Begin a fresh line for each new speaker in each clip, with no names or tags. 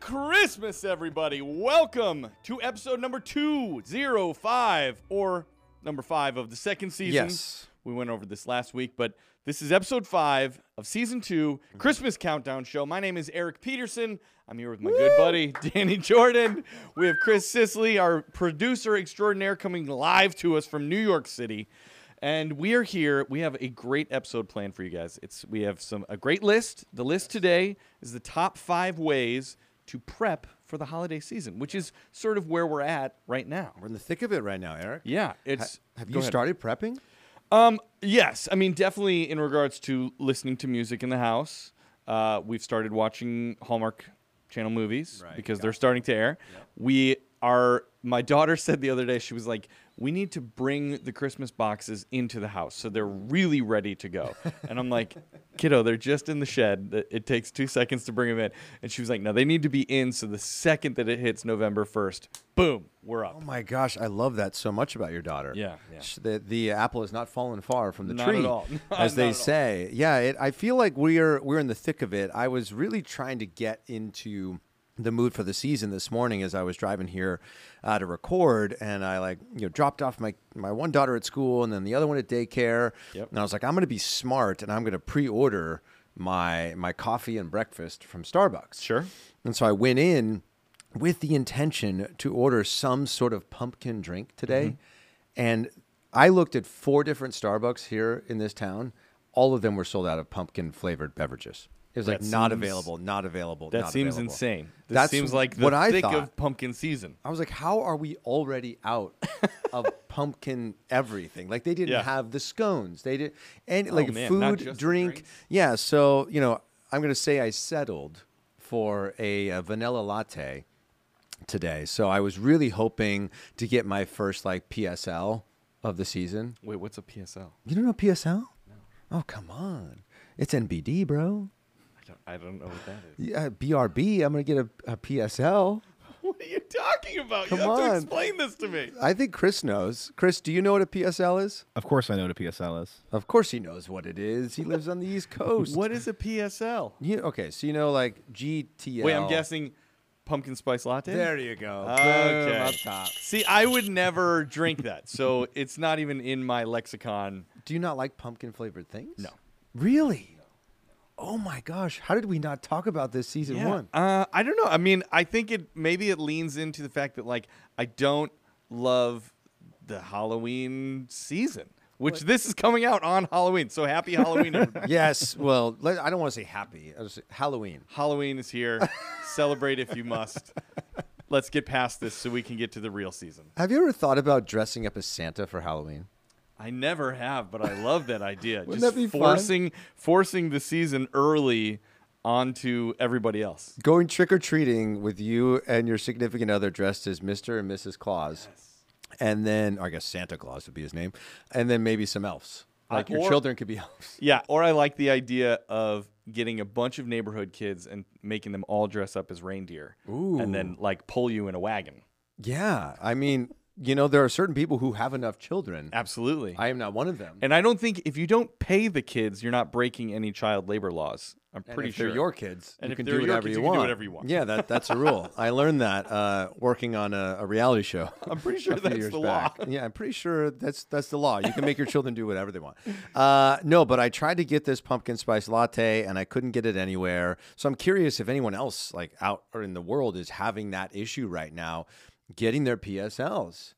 Christmas, everybody. Welcome to episode number 205 or number 5 of the second season.
Yes.
We went over this last week, but this is episode 5 of season 2
Mm-hmm.
Christmas Countdown Show. My name is Eric Peterson. I'm here with my good buddy, Danny Jordan. We have Chris Sisley, our producer extraordinaire, coming live to us from New York City. And we are here. We have a great episode planned for you guys. It's we have some a great list. The list today is the top five ways to prep for the holiday season, which is sort of where we're at right now.
We're in the thick of it right now, Eric.
Yeah,
Ha-
it's.
have
go
you
ahead.
started prepping?
Um, yes, I mean definitely in regards to listening to music in the house. Uh, we've started watching Hallmark Channel movies
Right,
because they're starting to air. We are. My daughter said the other day she was like, "We need to bring the Christmas boxes into the house so they're really ready to go." and I'm like, "Kiddo, they're just in the shed. It- It takes two seconds to bring them in." And she was like, "No, they need to be in so the second that it hits November first, boom, we're up."
Oh my gosh, I love that so much about your daughter.
Yeah, yeah.
Sh- The the apple has not fallen far from the
Not at
tree,
all.
as
Not
they
at all.
say. Yeah, it, I feel like we're we're in the thick of it. I was really trying to get into the mood for the season this morning as I was driving here uh, to record, and I like you know dropped off my my one daughter at school and then the other one at daycare,
Yep.
and I was like, I'm going to be smart and I'm going to pre-order my my coffee and breakfast from Starbucks.
Sure.
And so I went in with the intention to order some sort of pumpkin drink today.
Mm-hmm.
And I looked at four different Starbucks here in this town. All of them were sold out of pumpkin flavored beverages. It was like
That
not
seems-
available, not available.
That
not
seems
available.
insane. That
That's
seems like the
what I
thick of
thought.
pumpkin season.
I was like, how are we already out of pumpkin everything? Like they didn't
Yeah. Oh,
have the scones. They did and like
man, not
food,
just the
drink,
drinks?
Yeah, so, you know, I'm going to say I settled for a, uh vanilla latte today. So I was really hoping to get my first like PSL of the season.
Wait, what's a PSL?
You don't know PSL? No. Oh, come on. It's NBD, bro.
I don't, I don't know what that is.
Yeah, BRB, I'm going to get a, a PSL.
What are you talking about?
Come
you have to
on.
explain this to me.
I think Chris knows. Chris, do you know what a PSL is?
Of course, I know what a PSL is.
Of course, he knows what it is. He lives on the East Coast.
What is a PSL?
You, okay, so you know like GTL.
Wait, I'm guessing pumpkin spice latte.
There you go. Boom,
Okay.
up top.
See, I would never drink that, so it's not even in my lexicon.
Do you not like pumpkin flavored things?
No.
Really? Oh my gosh! How did we not talk about this season one?
Uh, I don't know. I mean, I think it maybe it leans into the fact that like I don't love the Halloween season, which this is coming out on Halloween. So happy Halloween, everybody.
yes. Well, let, I don't want to say happy. I'll just say Halloween.
Halloween is here. Celebrate if you must. Let's get past this so we can get to the real season.
Have you ever thought about dressing up as Santa for Halloween?
I never have, but I love that idea.
Wouldn't
Just
that be fun?
forcing forcing the season early onto everybody else.
Going trick or treating with you and your significant other dressed as Mr. and Mrs. Claus. And then, or I guess Santa Claus would be his name. And then maybe some elves.
I-
Like your
or-
children could be elves.
Yeah, or I like the idea of getting a bunch of neighborhood kids and making them all dress up as reindeer and then like pull you in a wagon.
Yeah. I mean, you know, there are certain people who have enough children.
Absolutely.
I am not one of them.
and I don't think if you don't pay the kids, you're not breaking any child labor laws. I'm
And
pretty
if
sure
they're your kids.
And
you
if
can
they're
do
your
whatever
kids, you can
you,
do
want.
whatever you want.
Yeah, that, that's a rule. I learned that uh, working on a, a reality show.
I'm pretty sure
a few
that's
years
the law.
back. Yeah, I'm pretty sure that's that's the law. You can make your children do whatever they want. Uh, no, but I tried to get this pumpkin spice latte and I couldn't get it anywhere. So I'm curious if anyone else like out or in the world is having that issue right now, getting their PSLs.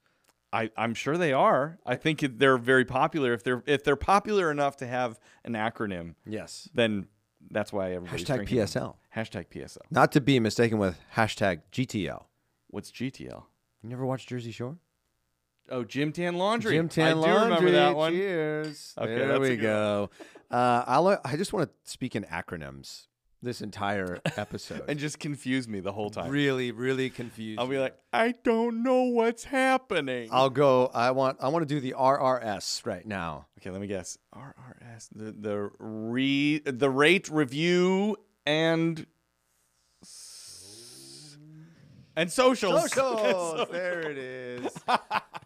I, I'm sure they are. I think it- they're very popular. If they're if they're popular enough to have an acronym,
Yes.
then that's why everybody's
Hashtag
drinking them.
PSL.
Hashtag PSL.
Not to be mistaken with hashtag GTL.
What's GTL?
You never watched Jersey Shore?
Oh, Jim Tan Laundry.
Jim Tan
I do
Laundry.
remember that one.
Cheers.
Okay,
there
that's a
we
good
go. Uh, I'll, I just want to speak in acronyms this entire episode.
And just confused me the whole time.
really, really confused.
I'll be
you.
like, I don't know what's happening.
I'll go. I want. I want to do the RRS right now.
okay, let me guess. RRS. The the re the rate review and s- and socials. Oh,
Socials. there it is.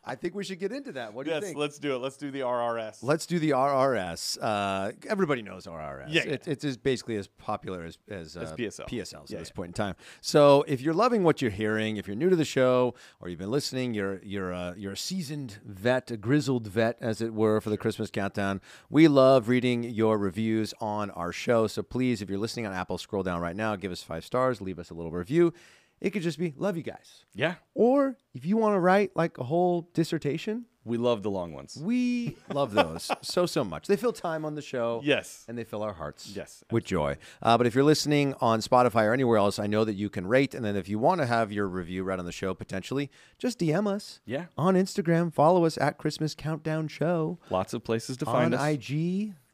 I think we should get into that. What do
Yes,
you think?
let's do it. Let's do the RRS.
Let's do the RRS. Uh, everybody knows RRS.
Yeah,
It, it's as basically as popular as as, uh,
PSL.
PSLs
Yeah,
at this
yeah.
point in time. So if you're loving what you're hearing, if you're new to the show or you've been listening, you're you're a, you're a seasoned vet, a grizzled vet, as it were, for the Christmas countdown. We love reading your reviews on our show. So please, if you're listening on Apple, scroll down right now, give us five stars, leave us a little review. It could just be love you guys,
yeah.
or if you want to write like a whole dissertation.
We love the long ones.
We love those so so much. They fill time on the show.
Yes.
And they fill our hearts.
Yes,
With joy. Uh, but if you're listening on Spotify or anywhere else, I know that you can rate. And then if you want to have your review read on the show potentially, just DM us.
Yeah.
On Instagram, follow us at Christmas Countdown Show.
Lots of places to find
on
us.
IG.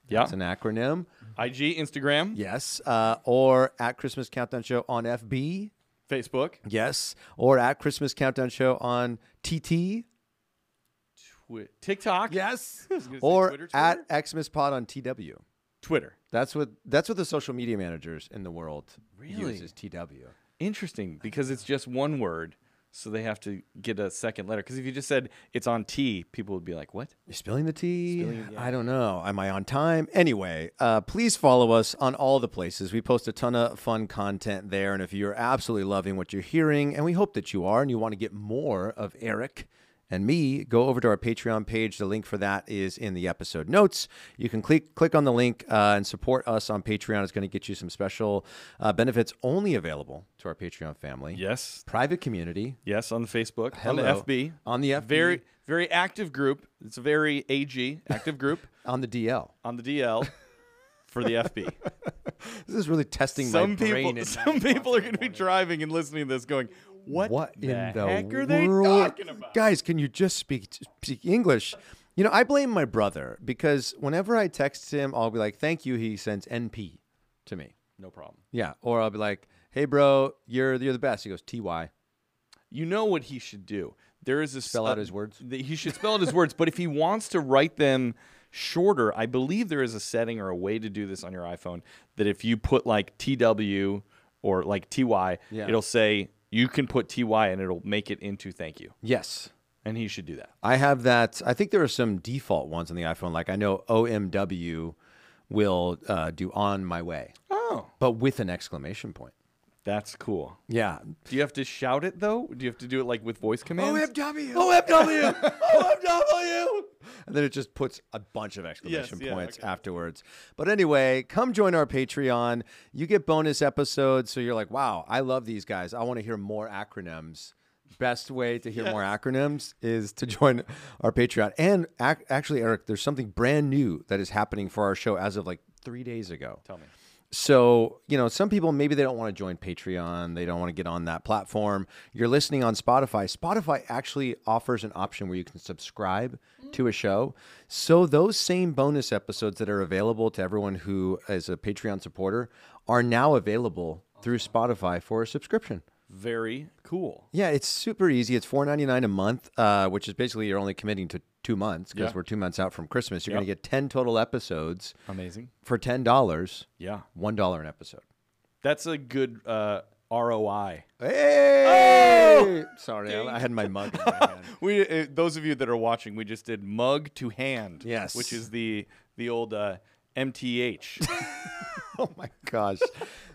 Yeah.
That's an acronym.
IG, Instagram,
Yes. Uh, or at Christmas Countdown Show on FB.
Facebook,
Yes. Or at Christmas Countdown Show on TT.
Twi- TikTok.
Yes.
was gonna say
or
Twitter,
at Xmas Pod on TW.
Twitter.
That's what that's what the social media managers in the world
Really?
use is TW.
Interesting, because it's just one word, so they have to get a second letter. Because if you just said it's on T, people would be like, "What?"
You're spilling the tea? I don't know. Am I on time? Anyway, uh, please follow us on all the places. We post a ton of fun content there. And if you're absolutely loving what you're hearing, and we hope that you are, and you want to get more of Eric and me, go over to our Patreon page. The link for that is in the episode notes. You can click click on the link uh, and support us on Patreon. It's going to get you some special uh, benefits only available to our Patreon family.
Yes,
Private community.
yes, on the Facebook,
Hello.
on the FB,
On the FB.
very, very active group. It's a very AG active group
on the DL.
on the DL for the FB.
This is really testing my
some
brain.
people, some people are going to be driving and listening to this, going, "What?
what
the
in the
heck
world?
are they talking about?"
Guys, can you just speak speak English? You know, I blame my brother because whenever I text him, I'll be like, "Thank you." He sends NP to me.
No problem.
Yeah, or I'll be like, "Hey, bro, you're you're the best." He goes, "Ty."
You know what he should do. There is a uh,
Spell out his words?
th- He should spell out his words, but if he wants to write them shorter, I believe there is a setting or a way to do this on your iPhone that if you put like TW or like TY,
Yeah.
it'll say you can put TY and it'll make it into thank you.
Yes,
And he should do that.
I have that. I think there are some default ones on the iPhone. Like I know OMW will uh, do on my way,
Oh,
but with an exclamation point.
that's cool.
Yeah.
Do you have to shout it though? Do you Oh, have to do it like with voice commands?
OMW. OMW. OMW. And then it just puts a bunch of exclamation
Yes, yeah,
points
okay.
afterwards. But anyway, come join our Patreon. You get bonus episodes. So you're like, wow, I love these guys. I want to hear more acronyms. Best way to hear more acronyms is to join our Patreon. And ac- actually, Eric, there's something brand new that is happening for our show as of like three days ago.
Tell me.
So, you know, some people maybe they don't want to join Patreon, they don't want to get on that platform. You're listening on Spotify. Spotify actually offers an option where you can subscribe to a show. So, those same bonus episodes that are available to everyone who is a Patreon supporter are now available through Spotify for a subscription.
Very cool.
Yeah, it's super easy. It's four ninety nine a month, uh, which is basically you're only committing to two months because
Yeah.
we're two months out from Christmas. You're gonna get ten total episodes
Amazing.
for ten dollars,
Yeah.
one dollar an episode.
That's a good uh, ROI.
Hey!
Oh!
Sorry, I, I had my mug. In my hand.
We uh, those of you that are watching, we just did mug to hand.
Yes.
which is the the old uh, MTH.
oh my gosh,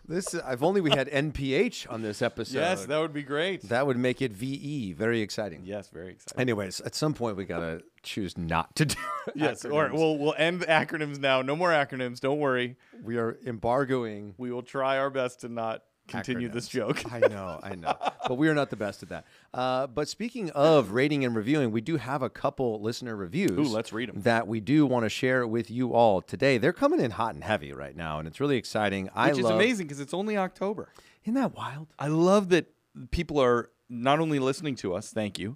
this is, if only we had NPH on this episode.
yes, that would be great.
that would make it VE. Very exciting.
yes, very exciting.
Anyways, at some point we gotta choose not to do.
Yes, all right. We'll we'll end the acronyms now. No more acronyms. Don't worry.
we are embargoing.
We will try our best to not continue this joke.
I know, I know. But we are not the best at that. Uh, but speaking of rating and reviewing, we do have a couple listener reviews.
Ooh, let's read 'em.
That we do want to share with you all today. They're coming in hot and heavy right now, and it's really exciting. I
Which is
love,
amazing because it's only October.
Isn't that wild?
I love that people are not only listening to us, thank you,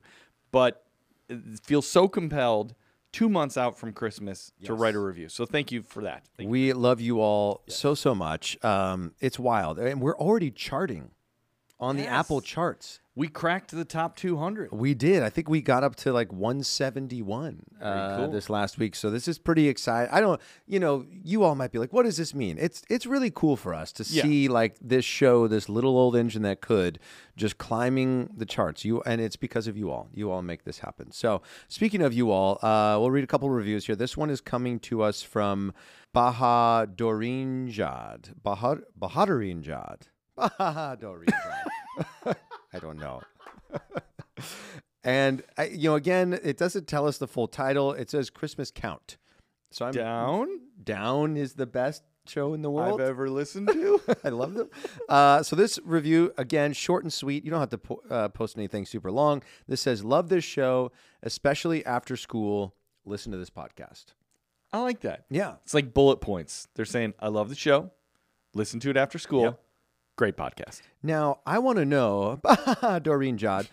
but uh, feel so compelled two months out from Christmas to write a review. So thank you for that. Thank
We love you all so so much. Um, it's wild, and we're already charting on the Apple charts.
We cracked the top 200.
We did. I think we got up to like 171 uh,
cool.
this last week. So this is pretty exciting. I don't, you know, you all might be like, what does this mean? It's it's really cool for us to
Yeah.
see like this show, this little old engine that could, just climbing the charts. You and it's because of you all. You all make this happen. So speaking of you all, uh, we'll read a couple reviews here. This one is coming to us from Bahadurinjad. Bahad Bahadurinjad. Bahadurinjad. I don't know. And I, you know, again, it doesn't tell us the full title. It says Christmas Count. So I'm
Down
down is the best show in the
I've
world.
ever listened to.
I love them. Uh, so this review again, short and sweet. You don't have to po- uh, post anything super long. This says, "Love this show, especially after school. Listen to this podcast."
I like that.
Yeah,
It's like bullet points. They're saying, I love the show. Listen to it after school. Great podcast.
Now I want to know, Doreen Jod,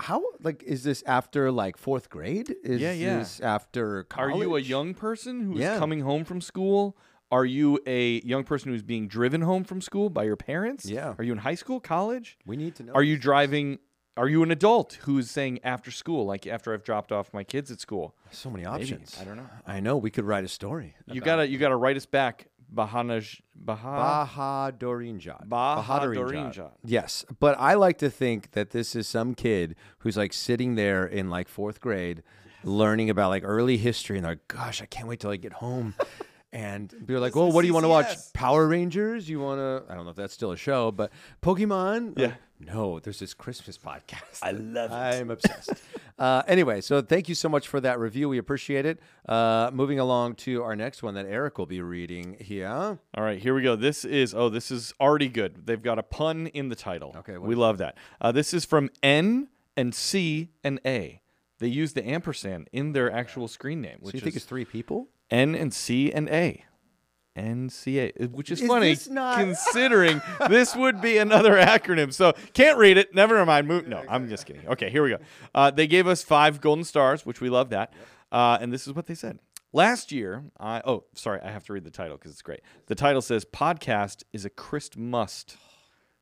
how like is this after like fourth grade? Is
Yeah, yeah.
this after
Are
college?
you a young person who's
Yeah.
coming home from school? Are you a young person who's being driven home from school by your parents?
Yeah.
Are you in high school, college?
We need to know.
Are you driving? Are you an adult who's saying after school, like after I've dropped off my kids at school?
so many options?
I don't know.
I know we could write a story.
You gotta, you gotta write us back, Bahanaj, Baha.
Bahadurinjad.
Uh-huh. Bahadurinjad.
Yes, but I like to think that this is some kid who's like sitting there in like fourth grade, learning about like early history, and like, gosh, I can't wait till I get home. And be like, well, what do you want to watch?
CCS.
Power Rangers? You want to? I don't know if that's still a show, but Pokemon?
Yeah.
Like, no, there's this Christmas podcast.
I love it.
I'm obsessed. uh, anyway, so thank you so much for that review. We appreciate it. Uh, moving along to our next one that Eric will be reading here.
All right, here we go. This is oh, this is already good. They've got a pun in the title.
Okay, what
we love that. Uh, this is from N and C and A. They use the ampersand in their actual screen name,
So
which
you think
is
it's three people?
N and C and A. NCA, uh, which is,
Is
funny
this not-
considering this would be another acronym. So can't read it. Never mind. Move. No, I'm just kidding. Okay, here we go. Uh, they gave us five golden stars, which we love that. Uh, and this is what they said. Last year, I oh sorry, I have to read the title because it's great. The title says podcast is a Christ must.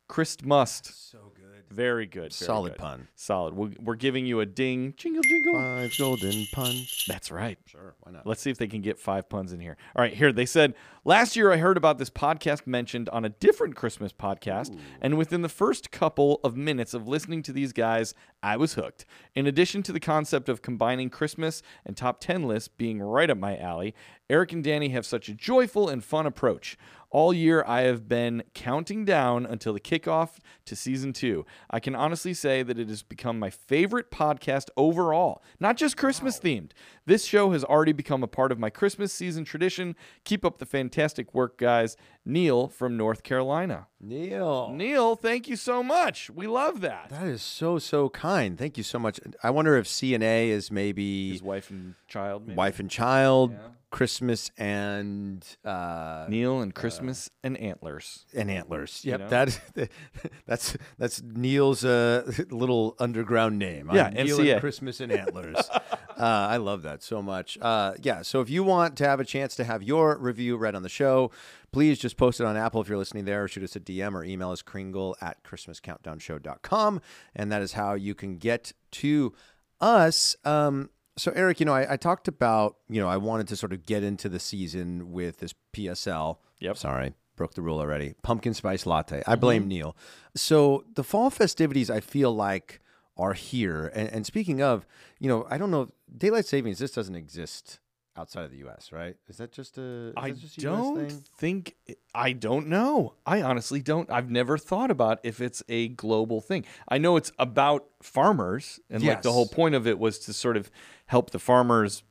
Christ must.
So good.
Very good. very
Solid
good.
pun.
Solid. We're, we're giving you a ding. Jingle jingle.
Five golden puns.
That's right.
Sure, why not?
Let's see if they can get five puns in here. All right, here they said last year I heard about this podcast mentioned on a different Christmas podcast, and within the first couple of minutes of listening to these guys, I was hooked. In addition to the concept of combining Christmas and top 10 lists being right up my alley, Eric and Danny have such a joyful and fun approach. All year, I have been counting down until the kickoff to season two. I can honestly say that it has become my favorite podcast overall, not just Christmas themed. This show has already become a part of my Christmas season tradition. Keep up the fantastic work, guys. Neil from North Carolina.
Neil.
Neil, thank you so much. We love that.
That is so so kind. Thank you so much. I wonder if C and A is maybe
His wife and child, maybe.
wife and child, Christmas and uh,
Neil and Christmas and antlers.
and antlers. Yep,
know?
that that's that's Neil's uh, little underground name.
Yeah,
I'm Neil and
MCA.
Christmas and antlers. uh, I love that so much. Uh, yeah, so if you want to have a chance to have your review read on the show, please just post it on Apple if you're listening there, or shoot us a DM or email us kringle at christmascountdownshow.com, and that is how you can get to us. Um, so Eric, you know, I, I talked about you know I wanted to sort of get into the season with this PSL.
Yep. Mm-hmm.
Sorry, broke the rule already. Pumpkin spice latte. I blame Neil. So the fall festivities, I feel like, are here. And, and speaking of, you know, I don't know, daylight savings. This doesn't exist outside of the U.S., right? Is that just a? Is
I
that just a
don't
US thing?
think I don't know. I honestly don't. I've never thought about if it's a global thing. I know it's about farmers and like the
Yes.
whole point of it was to sort of help the farmers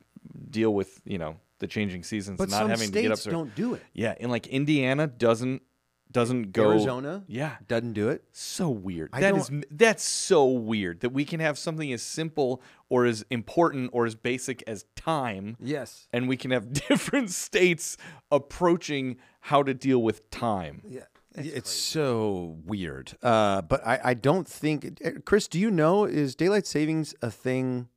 deal with, you know, the changing seasons
But
and not
some
having
states
to get up there.
don't do it.
Yeah, and like Indiana doesn't doesn't go
Arizona
Yeah.
doesn't do it.
So weird.
I
That
don't-
is m- that's so weird that we can have something as simple or as important or as basic as time
Yes.
and we can have different states approaching how to deal with time.
Yeah. It's so weird. Uh, but I, I don't think, eh, Chris, do you know, is daylight savings a thing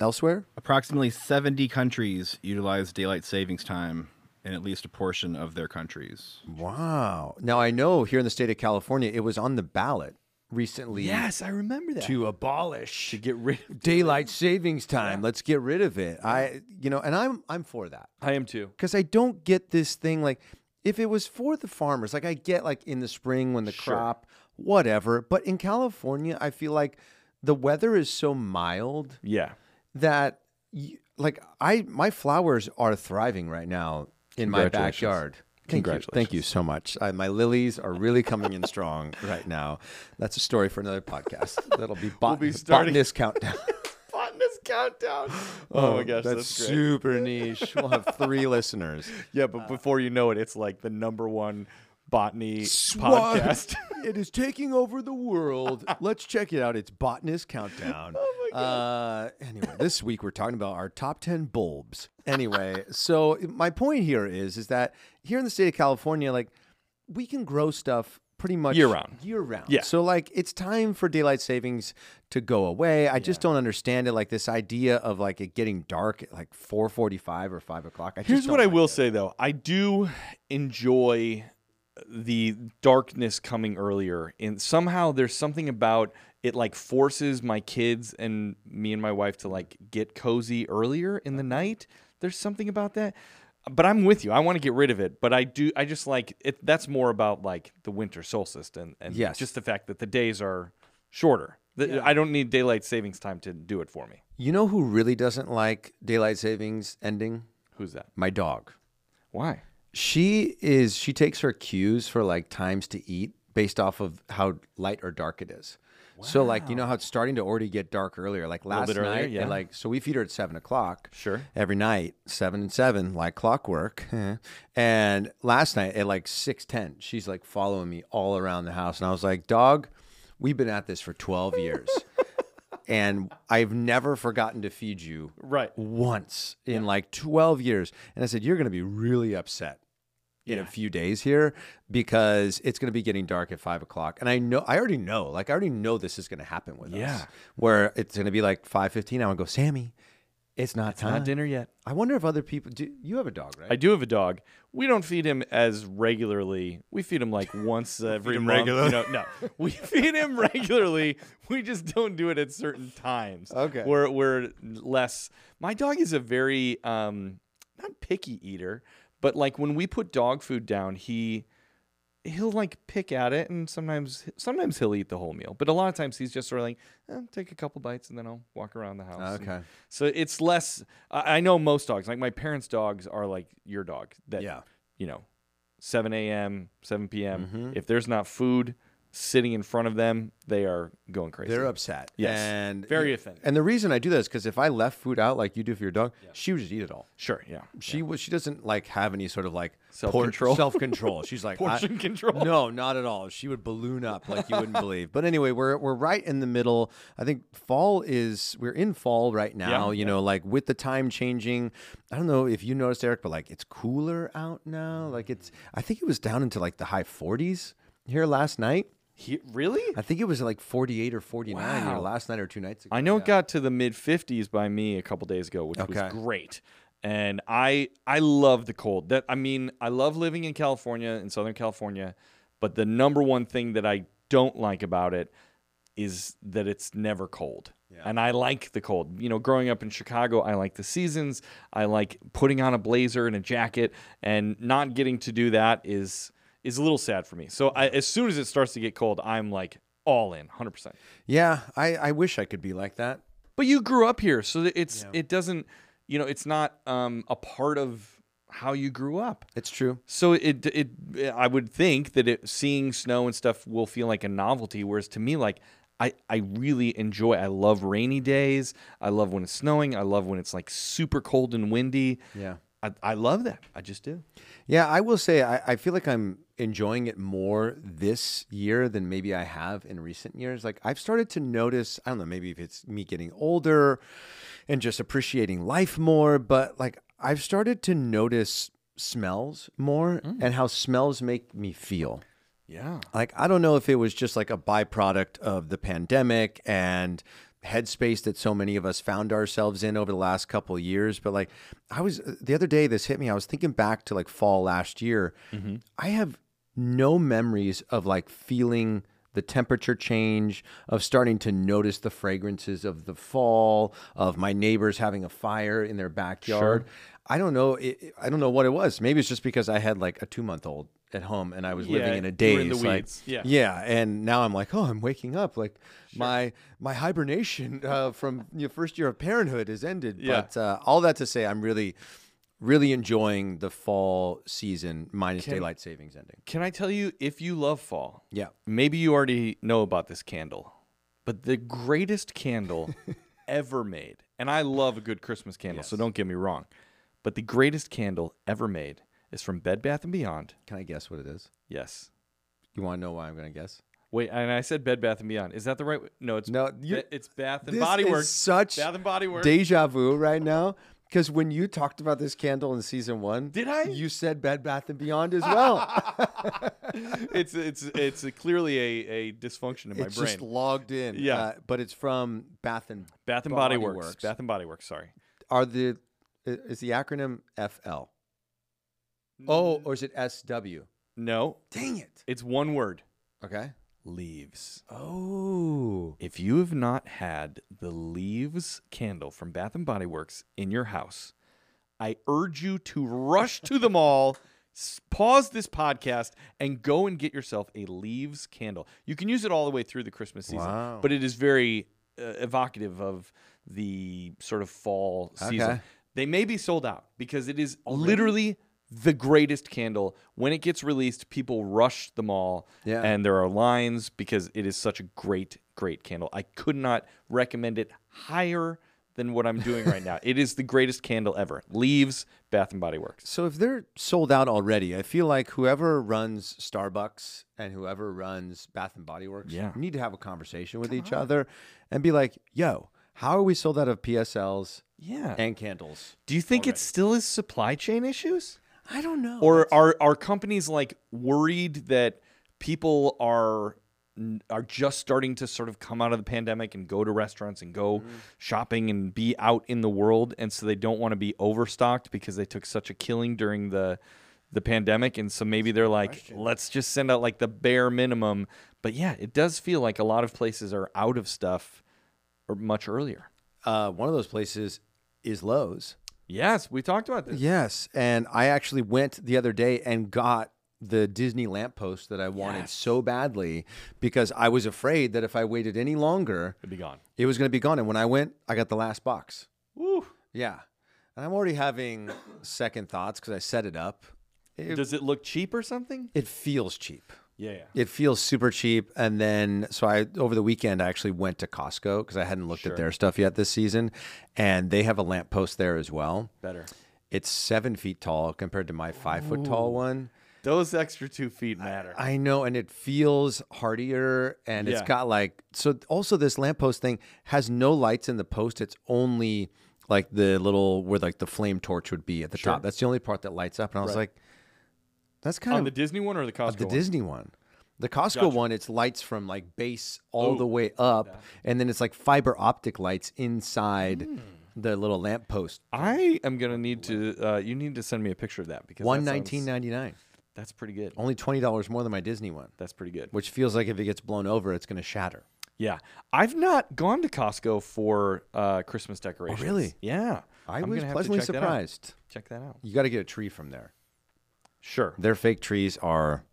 elsewhere?
Approximately 70 countries utilize daylight savings time in at least a portion of their countries.
Wow. Now I know here in the state of California, it was on the ballot recently
Yes, I remember that.
to abolish
to get rid of.
daylight savings time. Let's get rid of it. I you know, and I'm I'm for that.
I am too.
because I don't get this thing like if it was for the farmers, like I get like in the spring when the crop, whatever. But in California, I feel like the weather is so mild
Yeah.
that y like I my flowers are thriving right now in my
Congratulations.
backyard. Thank you. Thank you
Congratulations.
so much. I, my lilies are really coming in strong right now. That's a story for another podcast. That'll be, bot-
be starting-
botanist countdown.
Botanist countdown. Oh my gosh, that's, great.
super niche. We'll have three listeners.
Yeah, but before you know it, it's like the number one botany
Swat.
podcast.
it is taking over the world. Let's check it out. It's Botanist Countdown. Oh my God. Uh, anyway, this week we're talking about our top 10 bulbs. Anyway, so my point here is is that here in the state of California, like we can grow stuff pretty much
Year round.
Year round.
Yeah.
So like it's time for daylight savings to go away. I just don't understand it. Like this idea of like it getting dark at like 4:45 or 5 o'clock. I just
Here's
don't
what I
like
will
it.
say though. I do enjoy the darkness coming earlier and somehow there's something about it like forces my kids and me and my wife to like get cozy earlier in the
Uh-huh.
night. There's something about that. But I'm with you. I want to get rid of it, but I do I just like it that's more about like the winter solstice and and
Yes.
just the fact that the days are shorter. The- I don't need daylight savings time to do it for me.
You know who really doesn't like daylight savings ending?
Who's that?
My dog.
Why?
She is she takes her cues for like times to eat based off of how light or dark it is. So like you know how it's starting to already get dark earlier. Like last
bit earlier,
night, it,
yeah.
like so we feed her at seven o'clock.
Sure.
Every night, seven and seven, like clockwork. and last night at like six ten, she's like following me all around the house, and I was like, "Dog, we've been at this for twelve years, and I've never forgotten to feed you
Right.
once in like 12 years. And I said, You're going to be really upset in a few days here because it's going to be getting dark at five o'clock. And I know, I already know, like, I already know this is going to happen with us
Yeah.
where it's going to be like 5.15. I'm going to go, Sammy, it's not time.
Not dinner yet.
I wonder if other people do. You have a dog, right?
I do have a dog. We don't feed him as regularly. We feed him like once every
him
month.
regularly.
You know, no, we feed him regularly. We just don't do it at certain times.
Okay.
we're we're less. My dog is a very um, not picky eater, but like when we put dog food down, he he'll like pick at it, and sometimes sometimes he'll eat the whole meal, but a lot of times he's just sort of like eh, take a couple bites and then I'll walk around the house. and-
Okay.
so it's less. I I know most dogs, like my parents' dogs, are like your dog. That
Yeah.
you know, 7 a.m., 7 p.m. If there's not food sitting in front of them, they are going crazy.
They're upset.
Yes.
And
Very offended.
And the reason I do that is because if I left food out like you do for your dog, she would just eat it all.
sure, yeah.
She was. She doesn't like have any sort of like
Self-control.
Self control. She's like I-
Portion control.
No, not at all. She would balloon up like you wouldn't believe. But anyway, we're we're right in the middle. I think fall is we're in fall right now. you know, like with the time changing. I don't know if you noticed, Eric, but like it's cooler out now. Like it's. I think it was down into like the high 40s here last night.
He, really?
I think it was like 48 or 49 either
Wow.
last night or two nights ago.
I know it got to the mid 50s by me a couple days ago, which
Okay.
was great. And I I love the cold. That I mean, I love living in California in Southern California, but the number one thing that I don't like about it is that it's never cold. And I like the cold. You know, growing up in Chicago, I like the seasons. I like putting on a blazer and a jacket and not getting to do that is is a little sad for me. So I, as soon as it starts to get cold, I'm like all in, 100%.
Yeah, I I wish I could be like that.
But you grew up here, so that it's it doesn't, you know, it's not um, a part of how you grew up.
It's true.
So it it I would think that it, seeing snow and stuff will feel like a novelty, whereas to me, like I I really enjoy. I love rainy days. I love when it's snowing. I love when it's like super cold and windy.
Yeah.
I, I love that. I just do.
Yeah, I will say I, I feel like I'm enjoying it more this year than maybe I have in recent years. Like I've started to notice, I don't know, maybe if it's me getting older and just appreciating life more, but like I've started to notice smells more and how smells make me feel
Yeah.
like I don't know if it was just like a byproduct of the pandemic and headspace that so many of us found ourselves in over the last couple of years but like I was uh, the other day this hit me I was thinking back to like fall last year I have no memories of like feeling the temperature change, of starting to notice the fragrances of the fall, of my neighbors having a fire in their backyard. I don't know. It, I don't know what it was. Maybe it's just because I had like a two month old at home and I was
Yeah,
living in a
you
daze.
were in the
like-
weeds. Yeah.
yeah, and now I'm like, oh, I'm waking up. Like my my hibernation uh, from your first year of parenthood has ended.
Yeah.
But uh, all that to say, I'm really, really enjoying the fall season minus daylight savings ending.
Can I tell you if you love fall?
Yeah.
Maybe you already know about this candle, but the greatest candle ever made, and I love a good Christmas candle, so don't get me wrong, but the greatest candle ever made is from Bed Bath and Beyond.
Can I guess what it is?
Yes.
You want to know why I'm going to guess?
Wait, and I said Bed Bath and Beyond. Is that the right? No, it's
No,
Ba-
you-
it's Bath and
this
Body
is
Works.
such
Bath and Body Works.
Deja vu right now. Because when you talked about this candle in season one,
Did I?
You said Bed Bath and Beyond as well.
it's it's it's a, clearly a, a dysfunction in my
it's
brain.
just logged in.
Yeah.
uh, but it's from Bath and
Bath and Body,
Body
Works.
Works.
Bath and Body Works. Sorry.
are the i- is the acronym FL? Oh, or is it SW?
No,
Dang it.
it's one word.
Okay.
Leaves.
Oh.
If you have not had the Leaves candle from Bath and Body Works in your house, I urge you to rush to the mall, s- pause this podcast, and go and get yourself a Leaves candle. You can use it all the way through the Christmas season,
Wow.
but it is very uh, evocative of the sort of fall season.
Okay.
They may be sold out because it is literally the greatest candle. When it gets released, people rush the mall
Yeah.
and there are lines because it is such a great, great candle. I could not recommend it higher than what I'm doing right now. It is the greatest candle ever. Leaves Bath and Body Works.
So if they're sold out already, I feel like whoever runs Starbucks and whoever runs Bath and Body Works
Yeah.
need to have a conversation with each other and be like, "Yo, how are we sold out of PSLs
Yeah.
and candles?"
Do you think it still is supply chain issues?
I don't know.
Or are are companies like worried that people are are just starting to sort of come out of the pandemic and go to restaurants and go shopping and be out in the world and so they don't want to be overstocked because they took such a killing during the the pandemic and so maybe they're like let's just send out like the bare minimum but yeah it does feel like a lot of places are out of stuff or much earlier
uh, one of those places is Lowe's.
yes we talked about this
Yes, and I actually went the other day and got the Disney lamppost that I wanted so badly because I was afraid that if I waited any longer,
it'd be gone
it was going to be gone. And when I went, I got the last box.
Woo.
Yeah, and I'm already having second thoughts because I set it up.
does it look cheap or something
It feels cheap.
yeah, yeah.
It feels super cheap. And then, so I, over the weekend, I actually went to Costco because I hadn't looked at their stuff yet this season. And they have a lamppost there as well.
better
It's seven feet tall compared to my five foot tall one.
Those extra two feet matter.
I know, and it feels hardier, and it's
Yeah.
got like so. Also, this lamppost thing has no lights in the post. It's only like the little where like the flame torch would be at the top. That's the only part that lights up. And I was like, that's kind
on
of
the
the,
Disney one or the Costco one?
Disney one. The Costco one, it's lights from like base
Oh.
all the way up, and then it's like fiber optic lights inside
Hmm.
the little lamppost.
I am gonna need to. Uh, you need to send me a picture of that because that
One nineteen
sounds-
ninety nine, Oh.
That's pretty good.
only twenty dollars more than my Disney one,
That's pretty good.
which feels like if it gets blown over, it's going to shatter.
Yeah, I've not gone to Costco for uh, Christmas decorations.
Oh, really?
Yeah.
I
I'm
was
gonna have to
pleasantly
check that out.
surprised.
Check that out.
You got to get a tree from there.
Sure.
Their fake trees are,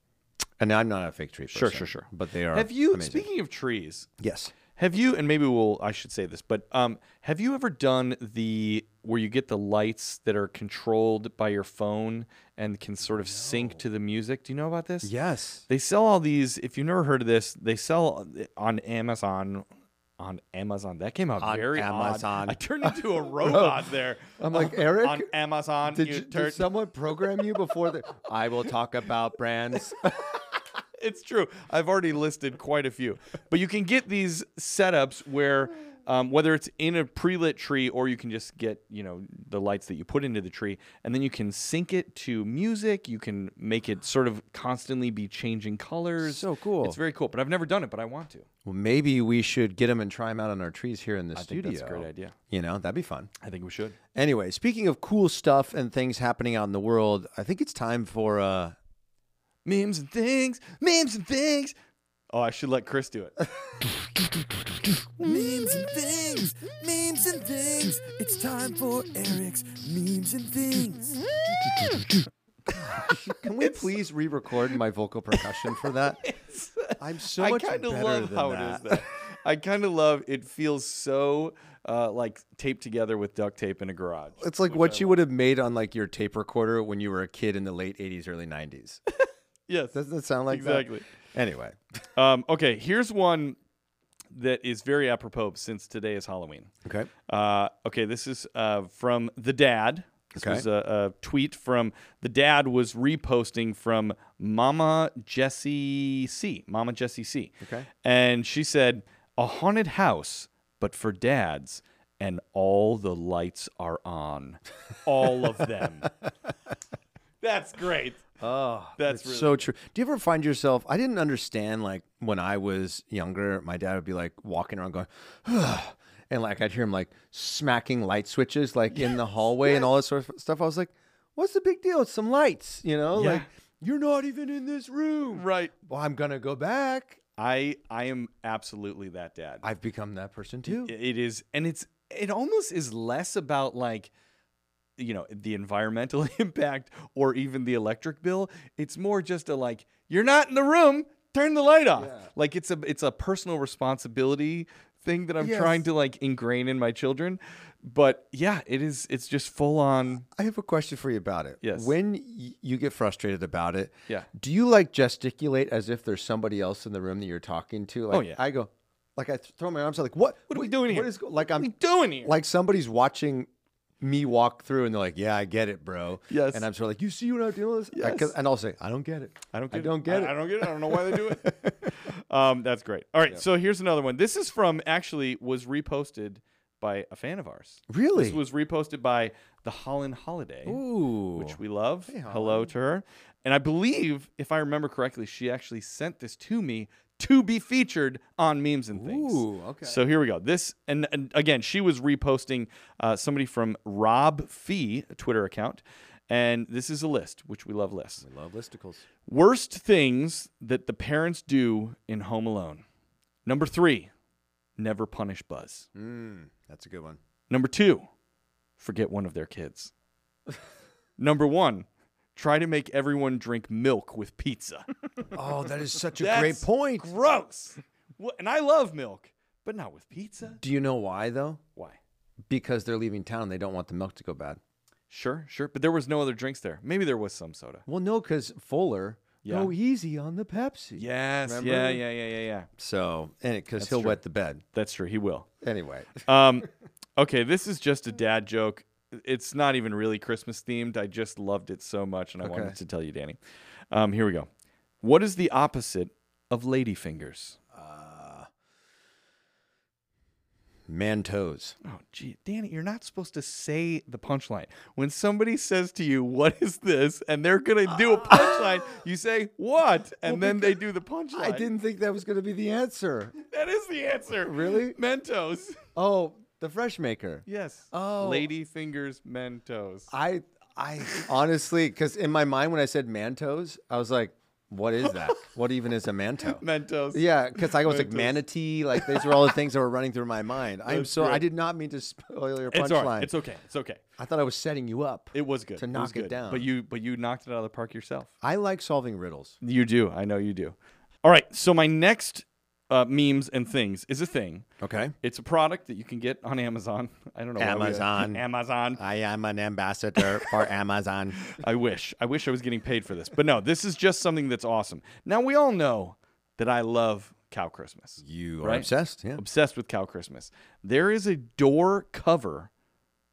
and I'm not a fake tree person.
Sure, sure, sure.
But they are.
Have you?
amazing.
Speaking of trees,
Yes.
have you? And maybe we'll. I should say this, but um, have you ever done the where you get the lights that are controlled by your phone and can sort of sync to the music? Do you know about this?
Yes.
They sell all these. If you've never heard of this, they sell on Amazon. On Amazon, that came out
On
very odd.
Amazon.
I turned into a robot there.
I'm like,
on
Eric,
Amazon,
Did,
you,
you,
turn.
did someone program you before the? I will talk about brands.
it's true. I've already listed quite a few, but you can get these setups where. Um, whether it's in a pre-lit tree or you can just get you know the lights that you put into the tree and then you can sync it to music you can make it sort of constantly be changing colors
So cool.
it's very cool but i've never done it but i want to
well, maybe we should get them and try them out on our trees here in the
think
studio.
that's a great idea.
You know, that'd be fun.
i think we should
Anyway, speaking of cool stuff and things happening out in the world, I think it's time for uh,
Memes and things, memes and things. Oh, I should let Chris do it.
Memes and things, memes and things. It's time for Eric's memes and things.
Can we please re-record my vocal percussion for that? I'm so
I
much
kind
better
of love
than
how
that.
it is that. I kind of love it. Feels so uh, like taped together with duct tape in a garage.
It's like what you would have made on like your tape recorder when you were a kid in the late '80s, early '90s.
Yes,
Doesn't that sound like that?
exactly.
Anyway,
Um, okay, here's one that is very apropos since today is Halloween.
okay.
Uh, okay, this is uh, from the dad. This
Okay.
was a, a tweet from the dad was reposting from Mama Jessie C. Mama Jessie C.
Okay.
and she said, "A haunted house, but for dads." And all the lights are on, all of them. That's great.
Oh,
That's
it's
really
so true. Do you ever find yourself? I didn't understand like when I was younger, my dad would be like walking around going, and like I'd hear him like smacking light switches like in the hallway and all that sort of stuff. I was like, what's the big deal? It's some lights, you know?
Yeah.
Like you're not even in this room.
right.
Well, I'm gonna go back.
I I am absolutely that dad.
I've become that person too.
it is and it's it almost is less about like you know the environmental impact or even the electric bill it's more just a like you're not in the room turn the light off like it's a it's a personal responsibility thing that i'm trying to like ingrain in my children but yeah it is it's just full on
I have a question for you about it.
Yes.
When y- you get frustrated about it,
Yeah.
do you like gesticulate as if there's somebody else in the room that you're talking to? Like,
Oh, yeah.
I go, like I th- throw my arms out, like what?
What are we doing here?
What is go- like I'm
what are we doing here
like somebody's watching me walk through and they're like, yeah, I get it, bro.
Yes.
And I'm sort of like, you see what I'm dealing with? I- 'cause- and I'll say, I don't get it.
I don't get
I don't
it.
get
I,
it.
I don't get it. I don't know why they do it. um, that's great. All right. So here's another one. This is from actually was reposted by a fan of ours.
Really?
This was reposted by the Holland Holiday,
Ooh.
which we love. Hello to her. And I believe, if I remember correctly, she actually sent this to me to be featured on memes and things.
Ooh, okay.
So here we go. This and, and again, she was reposting uh, somebody from Rob Fee a Twitter account, and this is a list, which we love lists.
Love listicles.
Worst things that the parents do in Home Alone. Number three, never punish Buzz.
Mm, that's a good one.
Number two, forget one of their kids. Number one, try to make everyone drink milk with pizza.
Oh, that is such a
That's
great point.
Gross. Wha- And I love milk, but not with pizza.
Do you know why though?
Why?
Because they're leaving town and they don't want the milk to go bad.
Sure, sure. But there was no other drinks there. Maybe there was some soda.
Well, no, because Fuller,
Yeah.
go easy on the Pepsi.
Yes. Yeah,
Remember?
yeah, yeah, yeah, yeah.
So, and because he'll wet the bed.
That's true. He will.
Anyway,
Um, okay, this is just a dad joke. It's not even really Christmas themed. I just loved it so much, and I wanted
Okay.
to tell you, Danny. Um, here we go. What is the opposite of ladyfingers?
man toes.
Oh, gee, Danny, you're not supposed to say the punchline. When somebody says to you, "What is this?" and they're gonna do a punchline, you say, "What?" and then they do the punchline.
Oh I didn't think that was going to be the answer.
That is the answer.
Really?
Mentos.
Oh, the fresh maker.
Yes.
Oh.
Ladyfingers Mentos.
I, I honestly, because in my mind when I said man toes, I was like, what is that? what even is a man toe?
Mentos.
Yeah, because I was like
Mentos.
manatee. Like these were all the things that were running through my mind. I'm
That's
so I
great.
did not mean to spoil your
It's all right.
punchline.
It's okay. It's okay.
I thought I was setting you up.
It was good
to
It was
knock it
good.
down.
But you but you knocked it out of the park yourself.
I like solving riddles.
You do. I know you do. All right. So my next uh, memes and things is a thing.
Okay.
It's a product that you can get on Amazon. I don't know. why we-
Amazon. Uh.
Amazon.
I am an ambassador for Amazon.
I wish. I wish I was getting paid for this. But no, this is just something that's awesome. Now we all know that I love cow Christmas.
You
Right?
obsessed. Yeah.
Obsessed with cow Christmas. There is a door cover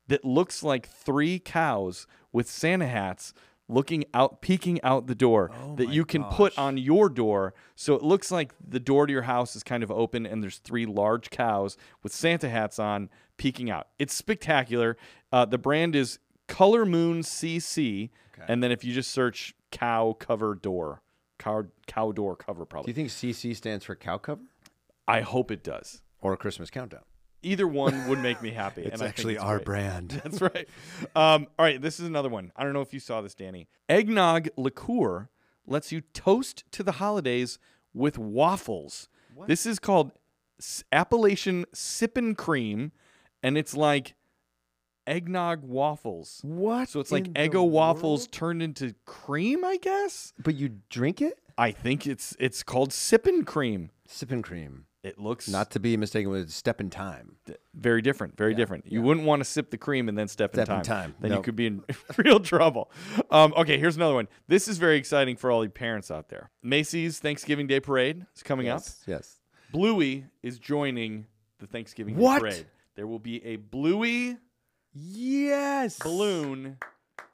that looks like three cows with Santa hats looking out peeking out the door that you can put on your door so it looks like the door to your house is kind of open and there's three large cows with Santa hats on peeking out. It's spectacular. Uh, the brand is Color Moon CC and then if you just search cow cover door cow cow door cover
Do
probably.
you think CC stands for cow cover
I hope it does.
or Christmas countdown?
Either one would make me happy.
It's
and I think
actually
it's
our
great.
brand.
That's right. Um, all right, this is another one. I don't know if you saw this, Danny. Eggnog liqueur lets you toast to the holidays with waffles. This is called S- Appalachian Sippin' Cream, and it's like eggnog waffles.
What?
So it's like
in the
Eggo waffles
world?
turned into cream, I guess.
But you drink it?
I think it's it's called sippin' cream.
Sipping cream.
It looks
Not to be mistaken with step in time.
very different, very different. You wouldn't want to sip the cream and then step,
Step
in
in
time.
time.
Then you
No.
could be in real trouble. Um, okay, here's another one. This is very exciting for all the parents out there. Macy's Thanksgiving Day Parade is coming up.
Yes.
Bluey is joining the Thanksgiving Day
What?
Parade. There will be a Bluey
Yes.
balloon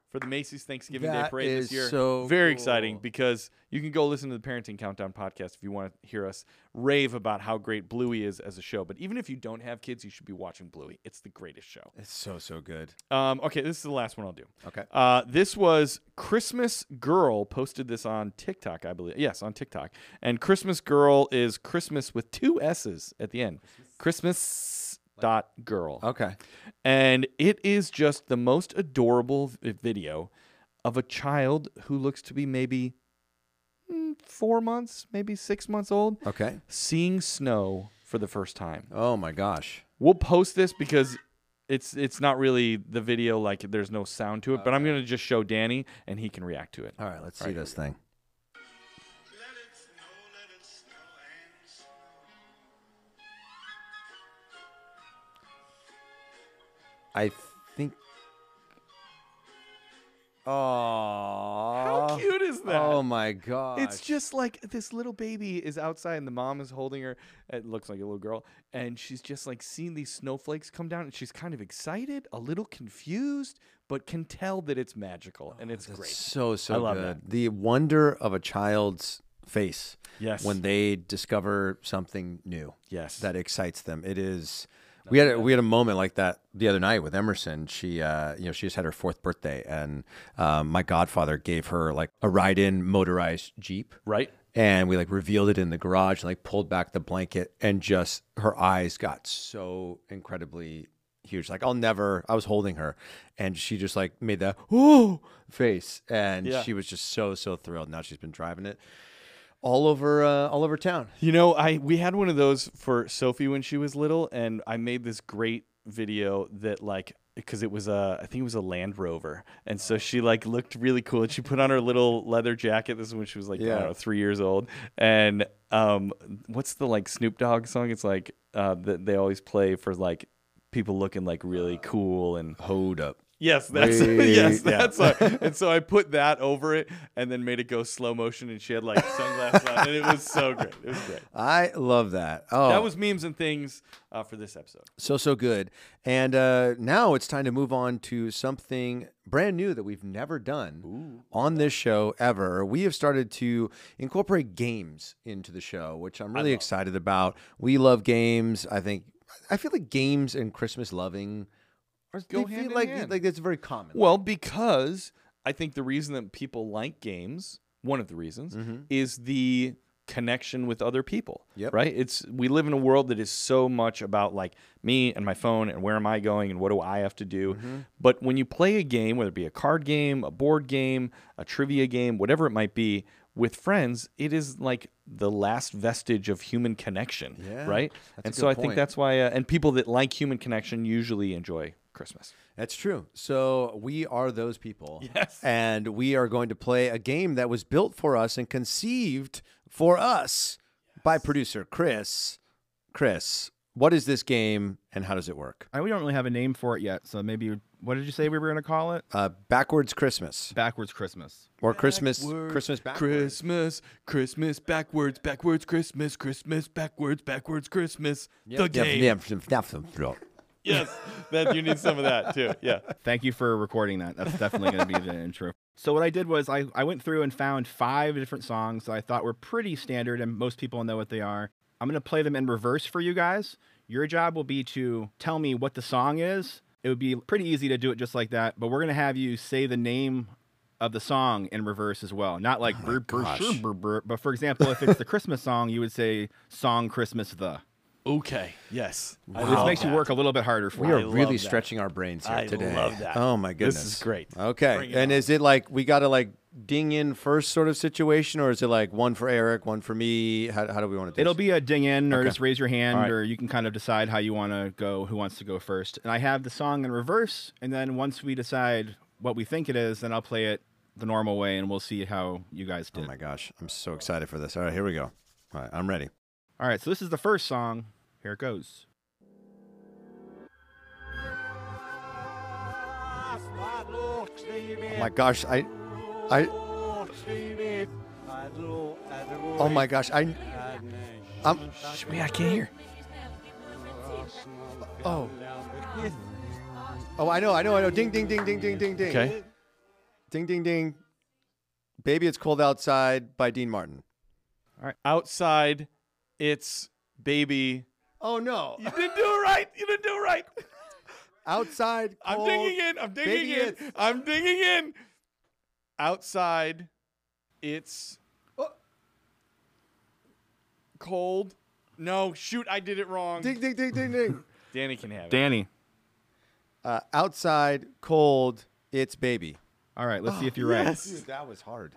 for the Macy's Thanksgiving Day
That
Parade this
is
year.
so
Very
cool.
exciting because you can go listen to the Parenting Countdown podcast if you want to hear us rave about how great Bluey is as a show. But even if you don't have kids, you should be watching Bluey. It's the greatest show.
It's so so good.
Um, okay, this is the last one I'll do.
Okay.
Uh, this was Christmas Girl posted this on TikTok, I believe. Yes, on TikTok. And Christmas Girl is Christmas with two S's at the end. Christmas dot girl
Okay.
and it is just the most adorable v- video of a child who looks to be maybe mm, four months, maybe six months old,
Okay.
seeing snow for the first time.
Oh my gosh.
We'll post this because it's it's not really the video like there's no sound to it, but I'm gonna just show Danny and he can react to it.
All right, let's see this thing.
Let it snow, let it snow and snow.
I think. Oh. How
How cute is that?
Oh my god.
It's just like this little baby is outside and the mom is holding her. It looks like a little girl. And she's just like seeing these snowflakes come down and she's kind of excited, a little confused, but can tell that it's magical
Oh,
and it's great.
so so
I love
good.
that.
The wonder of a child's face.
Yes.
When they discover something new.
Yes.
That excites them. It is. We had a, we had a moment like that the other night with Emerson. She uh, you know she just had her fourth birthday, and um, my godfather gave her like a ride-in motorized jeep.
Right?
and we like revealed it in the garage and like pulled back the blanket and just her eyes got so incredibly huge like i'll never i was holding her and she just like made that oh face and
Yeah.
she was just so so thrilled now she's been driving it all over uh, all over town
You know, I we had one of those for Sophie when she was little, and I made this great video that like because it was a I think it was a Land Rover, and so she like looked really cool, and she put on her little leather jacket. This is when she was like I don't
Yeah.
know three years old, and um, what's the like Snoop Dogg song? It's like uh, that they always play for like people looking like really cool and
hold up
Uh, Yes, that's
Wait,
yes,
yeah.
that's a, and so I put that over it and then made it go slow motion and she had like sunglasses on and it was so great. It was great.
i love that oh
That was memes and things uh, for this episode.
So, so good. And uh, now it's time to move on to something brand new that we've never done on this show ever. We have started to incorporate games into the show, which I'm really excited about. We love games. I think, I feel like games and Christmas loving are
Go
they
hand
feel
in
like,
hand.
like it's very common.
Well, because I think the reason that people like games, one of the reasons, is the connection with other people.
Mm-hmm. Yep.
Right? It's we live in a world that is so much about like me and my phone and where am I going and what do I have to do.
Mm-hmm.
But when you play a game, whether it be a card game, a board game, a trivia game, whatever it might be, with friends, it is like the last vestige of human connection.
Yeah,
right?
that's a
And
good
so I think
point.
that's why uh, and people that like human connection usually enjoy Christmas.
That's true. So we are those people.
Yes.
And we are going to play a game that was built for us and conceived for us by producer Chris. Chris, what is this game and how does it work?
I, we don't really have a name for it yet, so maybe what did you say we were gonna call it?
Uh, backwards Christmas
Backwards Christmas.
or Christmas Christmas backwards.
Christmas, Christmas backwards, backwards Christmas, Christmas backwards, backwards Christmas. The
Yeah,
game.
yeah, from- yeah, from- from-
Yes, that you need some of that too. Yeah.
Thank you for recording that. That's definitely going to be the intro. So what I did was I, I went through and found five different songs that I thought were pretty standard and most people know what they are. I'm going to play them in reverse for you guys. Your job will be to tell me what the song is. It would be pretty easy to do it just like that, but we're going to have you say the name of the song in reverse as well. Not like brr, brr,
Oh gosh.
sure, brr, brr. but for example, if it's the Christmas song, you would say song Christmas the.
Okay. Yes. I
This makes you work a little bit harder for
We
you.
are
love
really
that.
stretching our brains here
I
today.
love that.
Oh my
This
goodness.
is great.
Okay.
Bring it
And
on.
is it like we got to like ding in first sort of situation, or is it like one for Eric, one for me? How, how do we want to do
It'll
this?
be a ding in or
Okay.
just raise your hand
All right.
or you can kind of decide how you want to go, who wants to go first. And I have the song in reverse. And then once we decide what we think it is, then I'll play it the normal way and we'll see how you guys did.
Oh my gosh, I'm so excited for this. All right, here we go. All right, I'm ready.
All right, so this is the first song. Here it goes.
Oh my gosh, I, I. Oh my gosh, I. I'm. Shh, wait, I can't hear. Oh. Oh, I know, I know, I know. Ding, ding, ding, ding, ding, ding, ding.
Okay.
Ding, ding, ding. Baby, it's cold outside by Dean Martin.
Outside, it's baby.
Oh no!
You didn't do it right. You didn't do it right.
Outside,
I'm
cold.
digging in. I'm digging
Baby,
in.
it's-
I'm digging in. Outside, it's Oh. cold. No, shoot, I did it wrong.
Ding, ding, ding, ding, ding.
Danny can have it.
Danny.
Uh, outside, cold. It's baby.
All right, let's see if you're right.
Yes.
that was hard.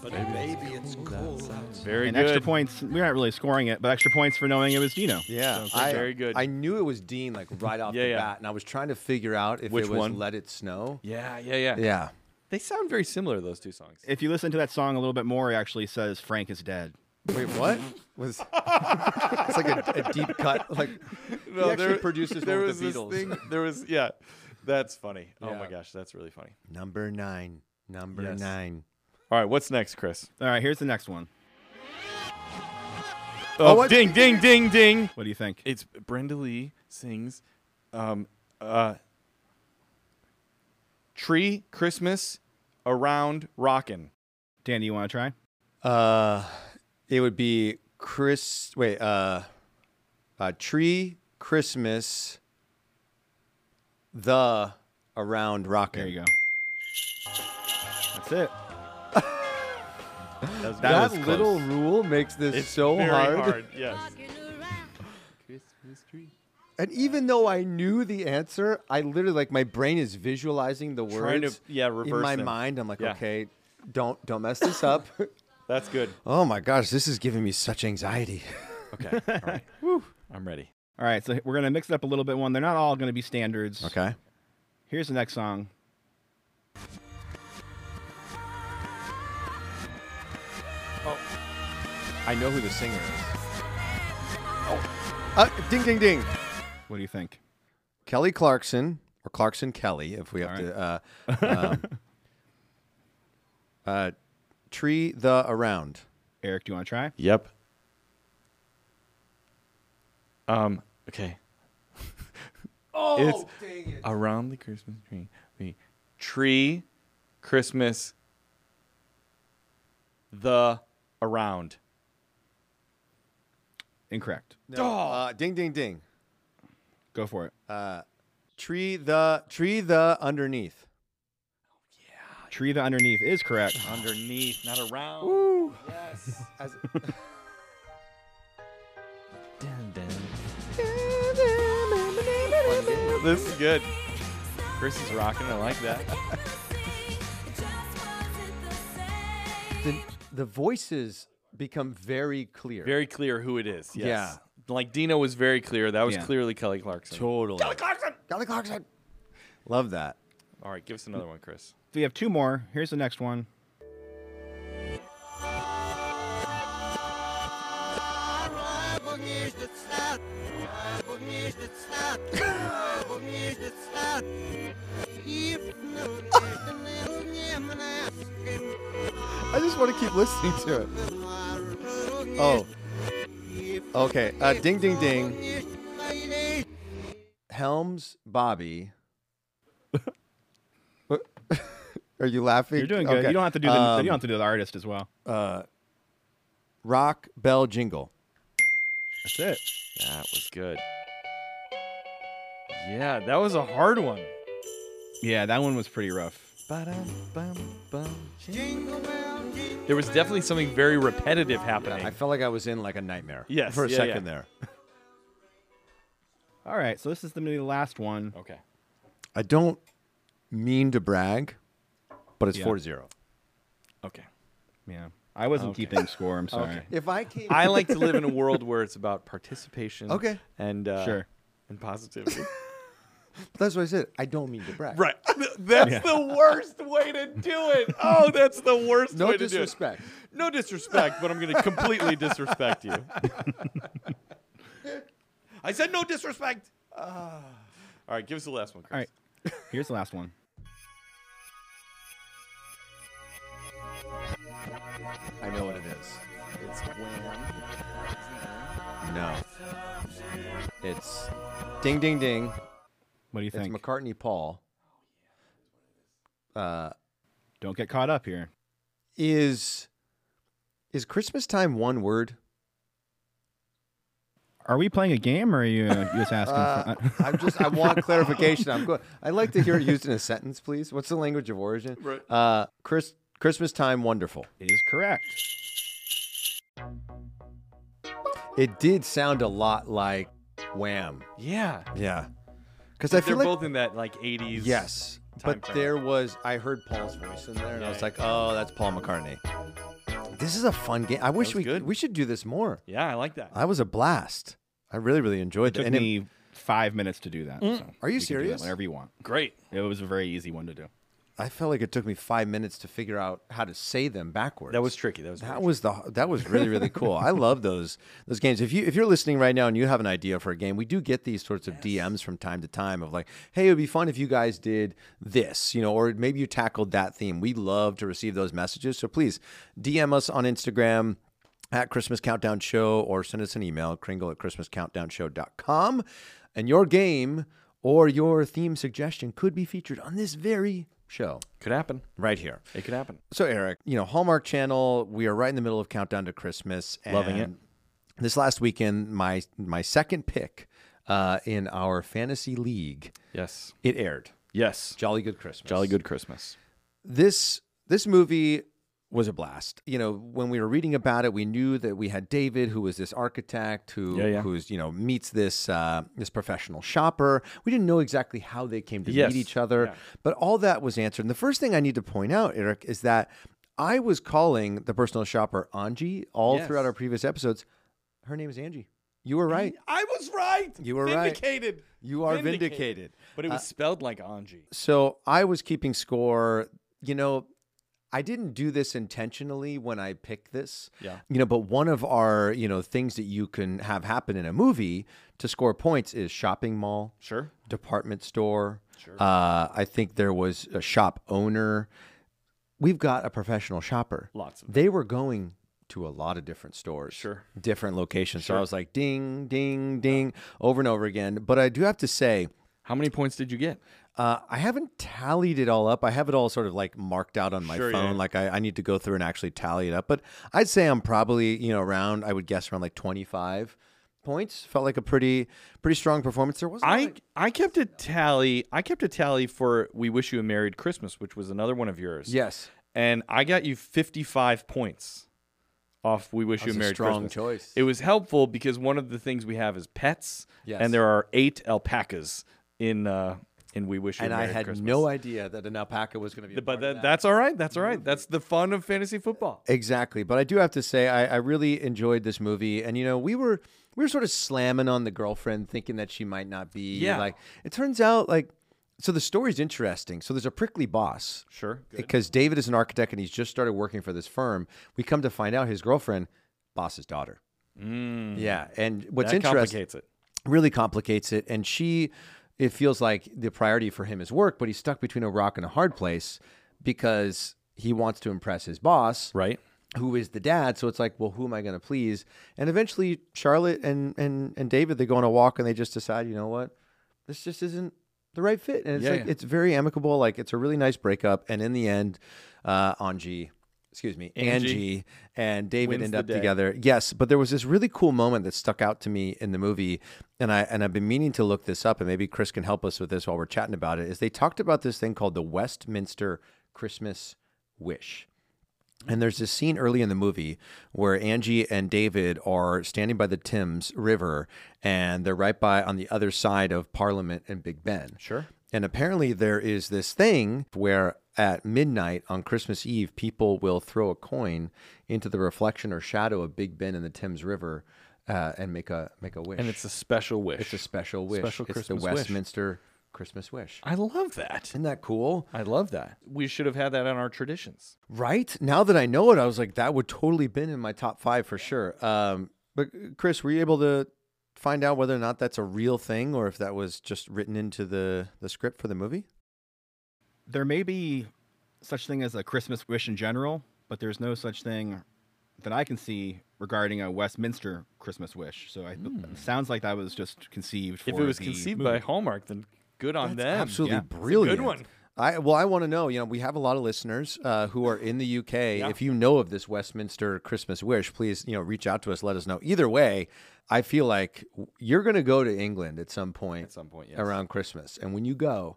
Baby, it's cold outside.
Very
And
good.
extra points. We're not really scoring it, but extra points for knowing it was Dino.
Yeah,
So,
I,
very good.
I knew it was Dean like right off
Yeah,
the
yeah.
bat, and I was trying to figure out if
Which
it was
one?
"Let It Snow."
Yeah, yeah, yeah,
Yeah.
They sound very similar, those two songs.
If you listen to that song a little bit more, it actually says Frank is dead.
Wait, what? Was it's like a, a deep cut? Like
no,
he actually produces
there
one
was
with the
this
Beatles.
thing- there was, yeah. That's funny. Oh
Yeah.
my gosh, that's really funny.
number nine, number
Yes.
nine.
All right, what's next, Chris?
All right, here's the next one.
Oh,
what-
ding, ding, ding, ding.
What do you think?
It's Brenda Lee sings um, uh, Tree Christmas Around Rockin'.
Danny, you want to try?
Uh, it would be Chris. Wait, uh, uh, tree Christmas. The around rockin'.
There you go. That's it.
That, was
That,
close.
little rule makes this so
very
hard.
Yes.
And even though I knew the answer, I literally like my brain is visualizing the words.
Trying to- yeah,
in
reverse
my
them.
mind. I'm like,
Yeah.
okay, don't don't mess this up.
That's good.
oh my gosh, this is giving me such anxiety.
Okay. All right. I'm ready.
All right, so we're gonna mix it up a little bit. One, they're not all gonna be standards.
Okay.
Here's the next song.
I know who the singer is. Oh, uh, ding ding ding.
What do you think?
Kelly Clarkson or Clarkson Kelly, if we have
All
to. Uh, um, uh, tree the around.
Eric, do you want to try?
Yep. Um. Okay. oh, it's around the Christmas tree. We tree, Christmas. The around.
Incorrect.
No. Uh, ding ding ding. Uh,
Go for it.
Tree the tree the underneath.
Tree the underneath is correct.
Underneath, not around.
As,
This is good. Chris is rocking. I like that.
the, the voices become very clear.
Very clear who it is. Yes.
Yeah.
Like Dino was very clear. That was
Yeah.
clearly Kelly Clarkson.
totally. Kelly Clarkson. Kelly Clarkson. Love that.
All right, give us another one, Chris.
We have two more. Here's the next one.
I just want to keep listening to it. Oh. Okay. Uh, ding ding ding. Helms Bobby. What? Are you laughing?
You're doing good.
Okay.
You don't have to do the
Um, uh,
you don't have to do the artist as well.
rock bell jingle.
That's it.
That was good. Yeah, that was a hard one.
Yeah, that one was pretty rough.
There was definitely something very repetitive happening.
I felt like I was in like a nightmare.
Yes,
For a
yeah,
second
yeah.
there.
All right, so this is going to be the last one.
Okay.
I don't mean to brag, but it's
Yeah.
4 0.
Okay.
Yeah, I wasn't keeping score. I'm sorry.
If I came.
I like to live in a world where it's about participation.
Okay.
And uh,
Sure.
And positivity.
that's what I said. I don't mean to brag.
right. That's the worst way to do it. Oh, that's the worst
No
way to
disrespect.
do it. No disrespect, but I'm going to completely disrespect you. I said no disrespect. Ah. All right, give us the last one, Chris.
All right, here's the last one.
I know what it is. No. It's ding, ding, ding.
What do you
It's
think?
McCartney Paul. Uh,
Don't get caught up here.
is is Christmas time one word?
Are we playing a game, or are you uh, just asking?
Uh,
for,
I'm just I want clarification. I'm good. I'd like to hear it used in a sentence, please. What's the language of origin?
Right.
Uh, Chris, Christmas time wonderful.
It is correct.
It did sound a lot like Wham.
Yeah.
Yeah, because I
They're
feel like
both in that like 80s.
yes,
time
but
frame.
there was I heard Paul's voice in there, and I
Yeah,
was
yeah.
like, oh, that's Paul McCartney. This is a fun game. I wish
was
we
good.
we should do this more.
Yeah, I like that.
I was a blast. I really really enjoyed it.
Took
And it-
me five minutes to do that. so
Are you
we can do that
serious?
Whenever you want.
Great.
It was a very easy one to do.
I felt like it took me five minutes to figure out how to say them backwards.
That was tricky. That was
That was the that was really really cool. I love those those games. If you if you're listening right now and you have an idea for a game, we do get these sorts of DMs from time to time of like, hey, it would be fun if you guys did this, you know, or maybe you tackled that theme. We love to receive those messages, so please DM us on Instagram at Christmas Countdown Show or send us an email kringle at christmascountdownshow.com, and your game or your theme suggestion could be featured on this very show
could happen.
right here.
It could happen.
So Eric, you know, Hallmark Channel, we are right in the middle of countdown to Christmas. And
Loving it.
This last weekend, my my second pick uh, in our fantasy league,
Yes.
it aired.
Yes.
Jolly Good Christmas.
Jolly Good Christmas.
This this movie was a blast. You know, when we were reading about it, we knew that we had David, who was this architect, who
Yeah, yeah.
who's you know meets this uh, this professional shopper. We didn't know exactly how they came to
Yes.
meet each other,
Yeah.
but all that was answered. And the first thing I need to point out, Eric, is that I was calling the personal shopper Angie all
Yes.
throughout our previous episodes. Her name is Angie. You were right.
I was right.
You were right. Uh,
vindicated. right.
You are vindicated.
But it was spelled like Anji.
So I was keeping score. You know, I didn't do this intentionally when I picked this.
Yeah.
You know, but one of our, you know, things that you can have happen in a movie to score points is shopping mall,
Sure.
department store. Sure. Uh, I think there was a shop owner. We've got a professional shopper.
Lots of
They were going to a lot of different stores.
Sure.
Different locations. So I was like ding, ding, ding over and over again. But I do have to say,
How many points did you get?
uh, I haven't tallied it all up. I have it all sort of like marked out on my
Sure, yeah.
phone. Like I, I need to go through and actually tally it up. But I'd say I'm probably you know around. I would guess around like 25 points. Felt like a pretty pretty strong performance. There wasn't.
I
like-
I kept a tally. I kept a tally for "We Wish You a Married Christmas," which was another one of yours.
yes.
And I got you fifty-five points off "We Wish You
was
a
a
Married
strong
Christmas."
choice.
It was helpful because one of the things we have is pets.
Yes.
And there are eight alpacas in uh, in "We Wish You
And
a
I
Married
had
Christmas."
no idea that an alpaca was going to be. a
But
part of
that, that's all right. That's all right. That's the fun of fantasy football.
Exactly. But I do have to say I, I really enjoyed this movie. And you know, we were we were sort of slamming on the girlfriend thinking that she might not be
Yeah.
like it turns out like so the story's interesting. So there's a prickly boss.
Sure.
Because David is an architect and he's just started working for this firm. We come to find out his girlfriend, boss's daughter. Yeah. And what's
Mm. that
interesting
complicates it.
really complicates it. And she, it feels like the priority for him is work, but he's stuck between a rock and a hard place because he wants to impress his boss
Right.
who is the dad. So it's like, well, who am I going to please? And eventually, Charlotte and and and David they go on a walk and they just decide, you know what, this just isn't the right fit. And it's
Yeah,
like
yeah.
it's very amicable. Like it's a really nice breakup. And in the end, uh, Angie. Excuse me,
Angie.
Angie, and David
Wins
end
the
up
day.
together. Yes, but there was this really cool moment that stuck out to me in the movie, and I and I've been meaning to look this up, and maybe Chris can help us with this while we're chatting about it. Is they talked about this thing called the Westminster Christmas Wish, And there's this scene early in the movie where Angie and David are standing by the Thames River and they're right by on the other side of Parliament and Big Ben. Sure. And apparently there is this thing where at midnight on Christmas Eve, people will throw a coin into the reflection or shadow of Big Ben and the Thames River uh, and make a make a wish.
And it's a special wish.
it's a special wish.
special
it's
Christmas
the
wish.
Westminster Christmas wish.
I love that.
Isn't that cool?
I love that. We should have had that on our traditions.
Right? Now that I know it, I was like, that would totally been in my top five for sure. Um, but Chris, were you able to find out whether or not that's a real thing or if that was just written into the, the script for the movie?
There may be such thing as a Christmas wish in general, but there's no such thing that I can see regarding a Westminster Christmas wish. So I, it sounds like that was just conceived. For
if it was
the
conceived
movie.
by Hallmark, then good on
That's
them.
absolutely
Yeah.
brilliant.
one.
I well, I want to know. You know, we have a lot of listeners uh, who are in the UK. If you know of this Westminster Christmas wish, please you know reach out to us. Let us know. Either way, I feel like w- you're going to go to England at some point. At
some point, yes.
around Christmas, and when you go,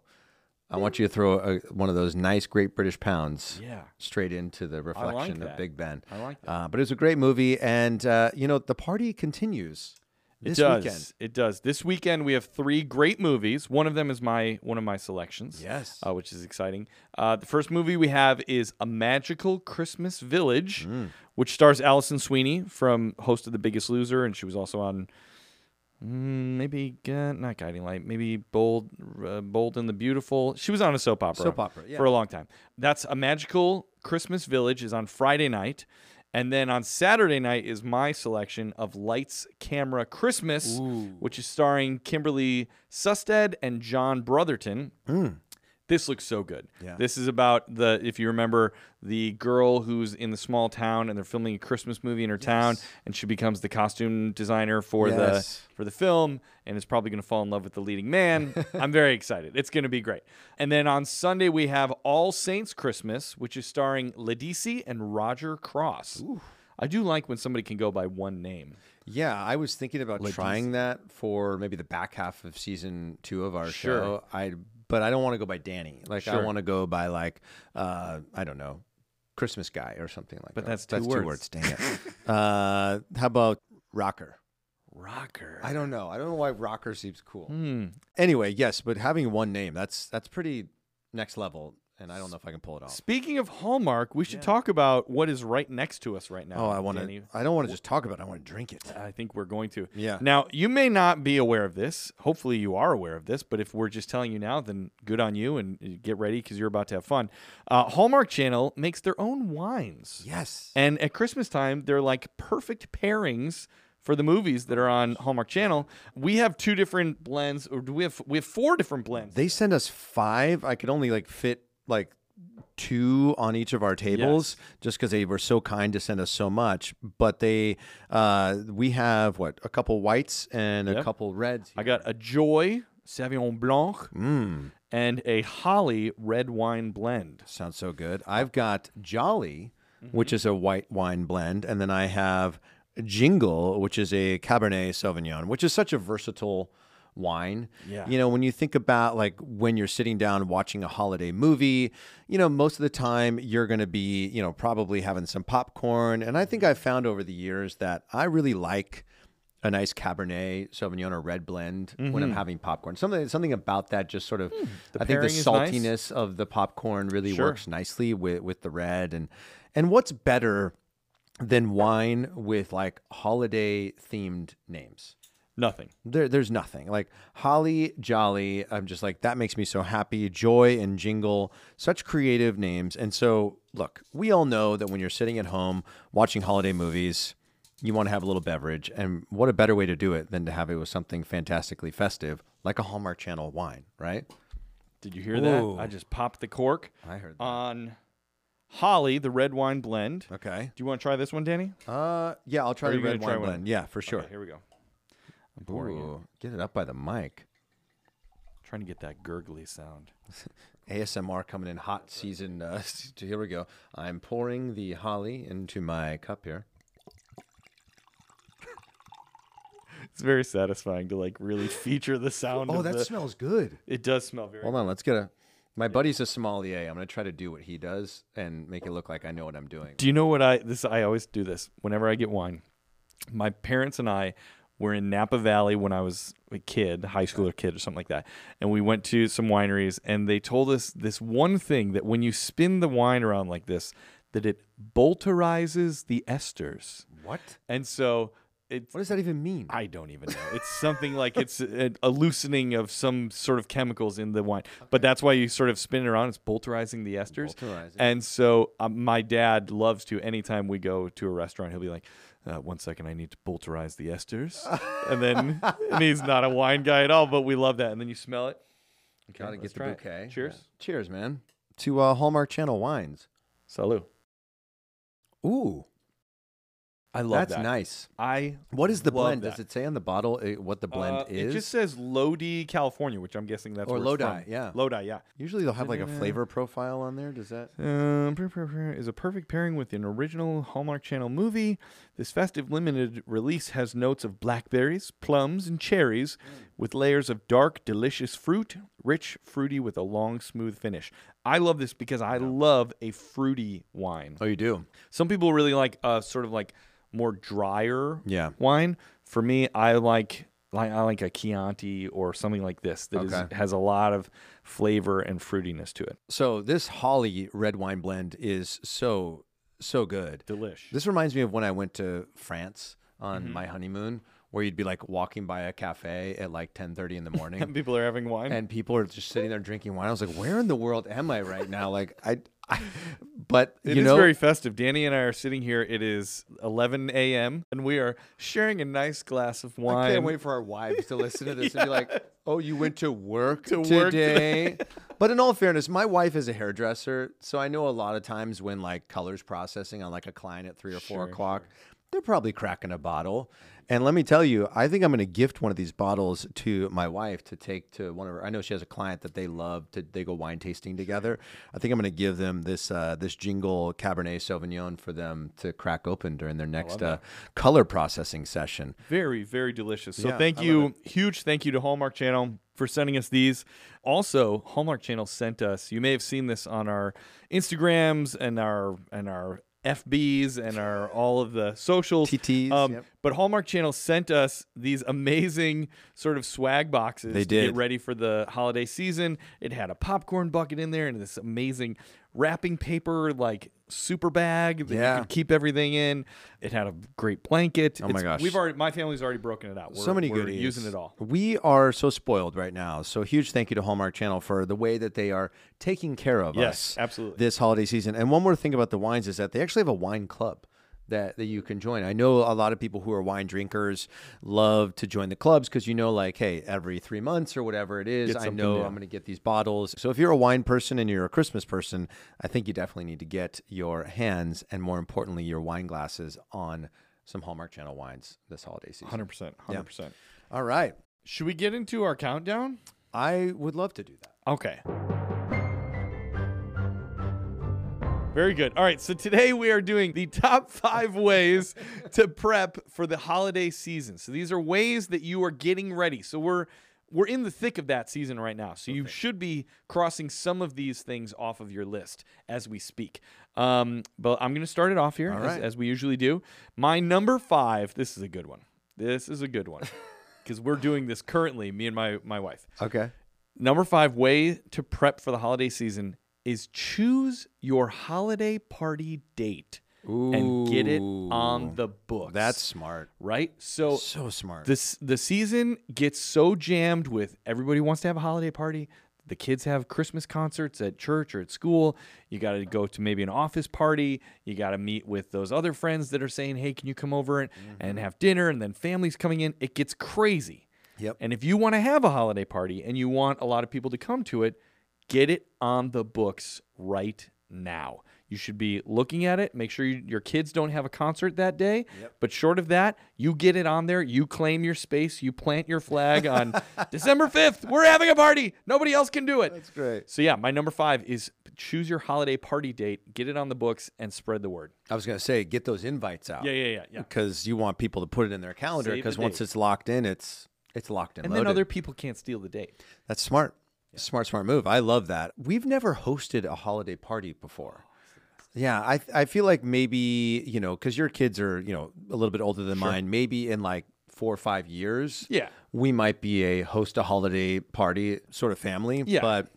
I want you to throw a, one of those nice Great British pounds.
Yeah.
Straight into the reflection of
that.
Big Ben.
I like that.
Uh, but it's a great movie, and uh, you know the party continues this
it does.
weekend.
It does. This weekend we have three great movies. One of them is my one of my selections.
Yes.
uh, which is exciting. Uh, the first movie we have is A Magical Christmas Village, which stars Allison Sweeney from host of The Biggest Loser, and she was also on mm, maybe uh, not Guiding Light, maybe Bold, uh, Bold and the Beautiful. She was on a soap opera.
Soap opera, yeah.
for a long time. That's A Magical Christmas Village is on Friday night. And then on Saturday night is my selection of Lights Camera Christmas, which is starring Kimberly Susted and John Brotherton this looks so good.
Yeah.
This is about the if you remember the girl who's in the small town and they're filming a Christmas movie in her town and she becomes the costume designer for
Yes.
the for the film and is probably going to fall in love with the leading man. I'm very excited. It's going to be great. And then on Sunday we have All Saints Christmas, which is starring Ledisi and Roger Cross. I do like when somebody can go by one name.
Yeah, I was thinking about trying that for maybe the back half of season two of our
Sure.
show. I but I don't want to go by Danny. Like I
Sure.
want to go by like uh, I don't know, Christmas guy or something like
But
that.
that's two words.
Dang it. uh, how about rocker?
Rocker.
I don't know. I don't know why rocker seems cool.
Hmm.
Anyway, yes, but having one name that's that's pretty next level, and I don't know if I can pull it off.
Speaking of Hallmark, we should talk about what is right next to us right now.
Oh, I want
Danny.
to. I don't want to just talk about. it. I want to drink it.
I think we're going to.
Yeah.
Now, you may not be aware of this. Hopefully, you are aware of this. But if we're just telling you now, then good on you and uh, get ready because you're about to have fun. Uh, Hallmark Channel makes their own wines.
Yes.
And at Christmas time, they're like perfect pairings for the movies that are on Hallmark Channel. We have two different blends, or do we have we have four different blends?
They send us five. I could only like fit like two on each of our tables just because they were so kind to send us so much. But they, uh, we have what a couple whites and a
Yep.
couple reds.
I
here.
got a Joy Sauvignon Blanc
Mm.
and a Holly red wine blend.
sounds so good. I've got Jolly, which is a white wine blend, and then I have Jingle, which is a Cabernet Sauvignon, which is such a versatile wine.
Yeah.
You know, when you think about like when you're sitting down watching a holiday movie, you know, most of the time you're going to be, you know, probably having some popcorn. And I think I've found over the years that I really like a nice Cabernet Sauvignon or red blend when I'm having popcorn. Something something about that just sort of I think the
pairing is nice.
saltiness saltiness of the popcorn really
Sure.
works nicely with with the red and and what's better than wine with like holiday themed names
Nothing.
there, there's nothing like holly jolly i'm just like that makes me so happy joy and jingle such creative names and so look we all know that when you're sitting at home watching holiday movies you want to have a little beverage and what a better way to do it than to have it with something fantastically festive like a hallmark channel wine right
Did you hear
Whoa.
that? I just popped the cork
i heard
on Holly, the red wine blend. Do
okay
you want to try this one, Danny?
Uh, yeah, I'll try
Or
the
you gonna
red
try
wine
one?
blend. Yeah, for sure.
Okay, here we go. I'm pouring it.
Ooh, get it up by the mic.
Trying to get that gurgly sound.
ASMR coming in hot season. Uh, here we go. I'm pouring the holly into my cup here.
It's very satisfying to like really feature the sound.
Oh,
of
that
the-
smells good.
It does smell very.
Hold on, let's get a My buddy's a sommelier. I'm gonna try to do what he does and make it look like I know what I'm doing.
Do you know what I this I always do this whenever I get wine. My parents and I were in Napa Valley when I was a kid, high school or kid or something like that. And we went to some wineries and they told us this one thing that when you spin the wine around like this, that it bolterizes the esters.
What?
And so it's
What does that even mean?
I don't even know. It's something like it's a, a loosening of some sort of chemicals in the wine. But that's why you sort of spin it around. It's bolterizing the esters.
Bolterizing.
And so um, my dad loves to, anytime we go to a restaurant, he'll be like, uh, one second, I need to bolterize the esters. and then and he's not a wine guy at all, but we love that. And then you smell it. Okay,
Gotta
let's
get the
try it.
bouquet.
Cheers.
Yeah. Cheers, man. To uh, Hallmark Channel wines.
Salud.
Ooh,
I love
that's
that.
nice.
I
What is the
love
blend?
that.
Does it say on the bottle uh, what the blend
Uh,
is?
It just says Lodi, California, which I'm guessing that's
Or
where it's
Lodi,
from.
yeah.
Lodi, yeah.
Usually they'll have like a
Da-da-da.
flavor profile on there. Does that?
Um, pr- pr- pr- is a perfect pairing with an original Hallmark Channel movie. This festive limited release has notes of blackberries, plums, and cherries, with layers of dark, delicious fruit, rich, fruity, with a long, smooth finish. I love this because I love a fruity wine.
Oh, you do.
Some people really like uh, sort of like more drier
Yeah.
wine. For me, I like like I like a Chianti or something like this that is-
Okay.
has a lot of flavor and fruitiness to it.
So this Holly red wine blend is so so good.
Delish.
This reminds me of when I went to France on my honeymoon, where you'd be like walking by a cafe at like 10:30 in the morning,
People are having wine.
and people are just sitting there drinking wine. I was like, where in the world am I right now? Like I, I but
It is
you know,
very festive. Danny and I are sitting here. It is 11 a.m. and we are sharing a nice glass of wine.
I can't wait for our wives to listen to this and be like, "Oh, you went to work
To work
today." but in all fairness, my wife is a hairdresser, so I know a lot of times when like colors processing on like a client at three or four o'clock, they're probably cracking a bottle. And let me tell you, I think I'm going to gift one of these bottles to my wife to take to one of her. I know she has a client that they love to. They go wine tasting together. I think I'm going to give them this uh, this Jingle Cabernet Sauvignon for them to crack open during their next uh, color processing session.
Very, very delicious. So
Yeah,
thank
I love
you. Huge thank you to Hallmark Channel for sending us these. Also, Hallmark Channel sent us. You may have seen this on our Instagrams and our and our FBs and our all of the socials. Um,
TTs, yep.
But Hallmark Channel sent us these amazing sort of swag boxes
They
to get
did.
ready for the holiday season. It had a popcorn bucket in there and this amazing wrapping paper like super bag that
Yeah.
you could keep everything in. It had a great blanket.
Oh my
It's-
gosh.
We've already my family's already broken it out. We're,
so many
we're
goodies.
using it all.
We are so spoiled right now. So huge thank you to Hallmark Channel for the way that they are taking care of
Yes,
us.
absolutely.
This holiday season. And one more thing about the wines is that they actually have a wine club. That, that you can join. I know a lot of people who are wine drinkers love to join the clubs because you know, like, hey, every three months or whatever it is,
Get
I
something,
know
yeah.
I'm going to get these bottles. So if you're a wine person and you're a Christmas person, I think you definitely need to get your hands and more importantly, your wine glasses on some Hallmark Channel wines this holiday season.
Hundred percent. Hundred percent.
All right.
Should we get into our countdown?
I would love to do that.
Okay. Very good. All right. So today we are doing the top five ways to prep for the holiday season. So these are ways that you are getting ready. So we're we're in the thick of that season right now. So you should be crossing some of these things off of your list as we speak. Um, but I'm going to start it off here as,
right.
as we usually do. My number five. This is a good one. This is a good one because we're doing this currently. Me and my my wife.
Okay.
Number five way to prep for the holiday season is choose your holiday party date and get it on
Ooh.
the books.
That's smart.
right. So
So smart.
this the season gets so jammed with everybody wants to have a holiday party. The kids have Christmas concerts at church or at school. You got to go to maybe an office party. You got to meet with those other friends that are saying, "Hey, can you come over and, and
Mm-hmm.
have dinner?" And then families coming in. It gets crazy.
Yep.
And if you want to have a holiday party and you want a lot of people to come to it, get it on the books right now. You should be looking at it. Make sure you, your kids don't have a concert that day. But short of that, you get it on there. You claim your space. You plant your flag on December 5th. We're having a party. Nobody else can do it. That's
great.
So, yeah, my number five is choose your holiday party date, get it on the books, and spread the word.
I was going to say, get those invites out.
Yeah, yeah, yeah, yeah.
Because you want people to put it in their calendar
Save the
because once
date.
it's locked in, it's it's locked in.
And
loaded.
then other people can't steal the date.
That's smart. Smart, smart move. I love that. We've never hosted a holiday party before. Yeah, I I feel like maybe you know because your kids are you know a little bit older than mine. Maybe in like four or five years,
Yeah.
we might be a host a holiday party sort of family.
Yeah.
but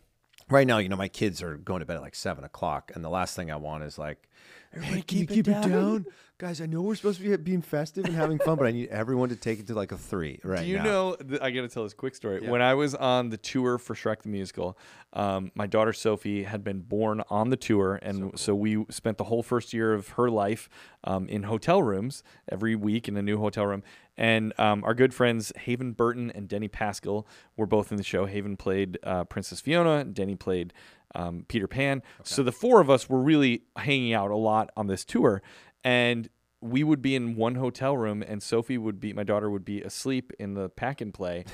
right now, you know, my kids are going to bed at like seven o'clock, and the last thing I want is like. Everybody, can you keep it down? guys. I know we're supposed to be being festive and having fun, but I need everyone to take it to like a three right
Do you
now.
know? Th- I got to tell this quick story. When I was on the tour for Shrek the Musical, um, my daughter Sophie had been born on the tour, and so, we spent the whole first year of her life um, in hotel rooms every week in a new hotel room. And um, our good friends Haven Burton and Denny Pascal were both in the show. Haven played uh, Princess Fiona, and Denny played um, Peter Pan. So the four of us were really hanging out a lot on this tour, and we would be in one hotel room and Sophie would be my daughter would be asleep in the pack and play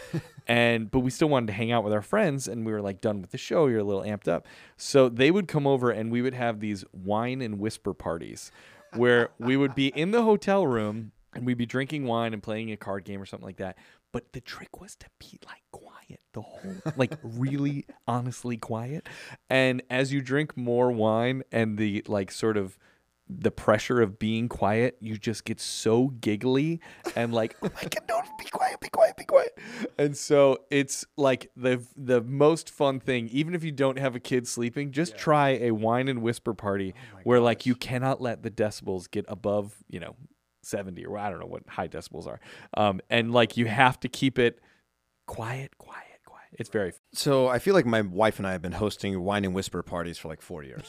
and but we still wanted to hang out with our friends and we were like done with the show you're a little amped up so they would come over and we would have these wine and whisper parties where we would be in the hotel room and we'd be drinking wine and playing a card game or something like that but the trick was to be like quiet the whole like really honestly quiet and as you drink more wine and the like sort of the pressure of being quiet, you just get so giggly and like, oh my god, no, be quiet, be quiet, be quiet. And so it's like the the most fun thing, even if you don't have a kid sleeping, just try a wine and whisper party where like you cannot let the decibels get above, you know, 70 or I don't know what high decibels are. Um, and like you have to keep it quiet, quiet, quiet. It's very
So I feel like my wife and I have been hosting wine and whisper parties for like four years.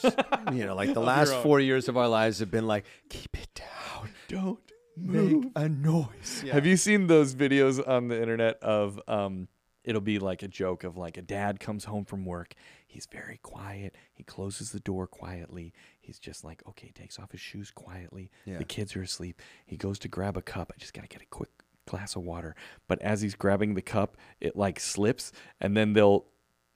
you know, like the last four years of our lives have been like, keep it down,
don't
make a noise.
Have you seen those videos on the internet of um it'll be like a joke of like a dad comes home from work, he's very quiet, he closes the door quietly, he's just like okay, takes off his shoes quietly. The kids are asleep. He goes to grab a cup. I just got to get a quick glass of water. But as he's grabbing the cup, it like slips and then they'll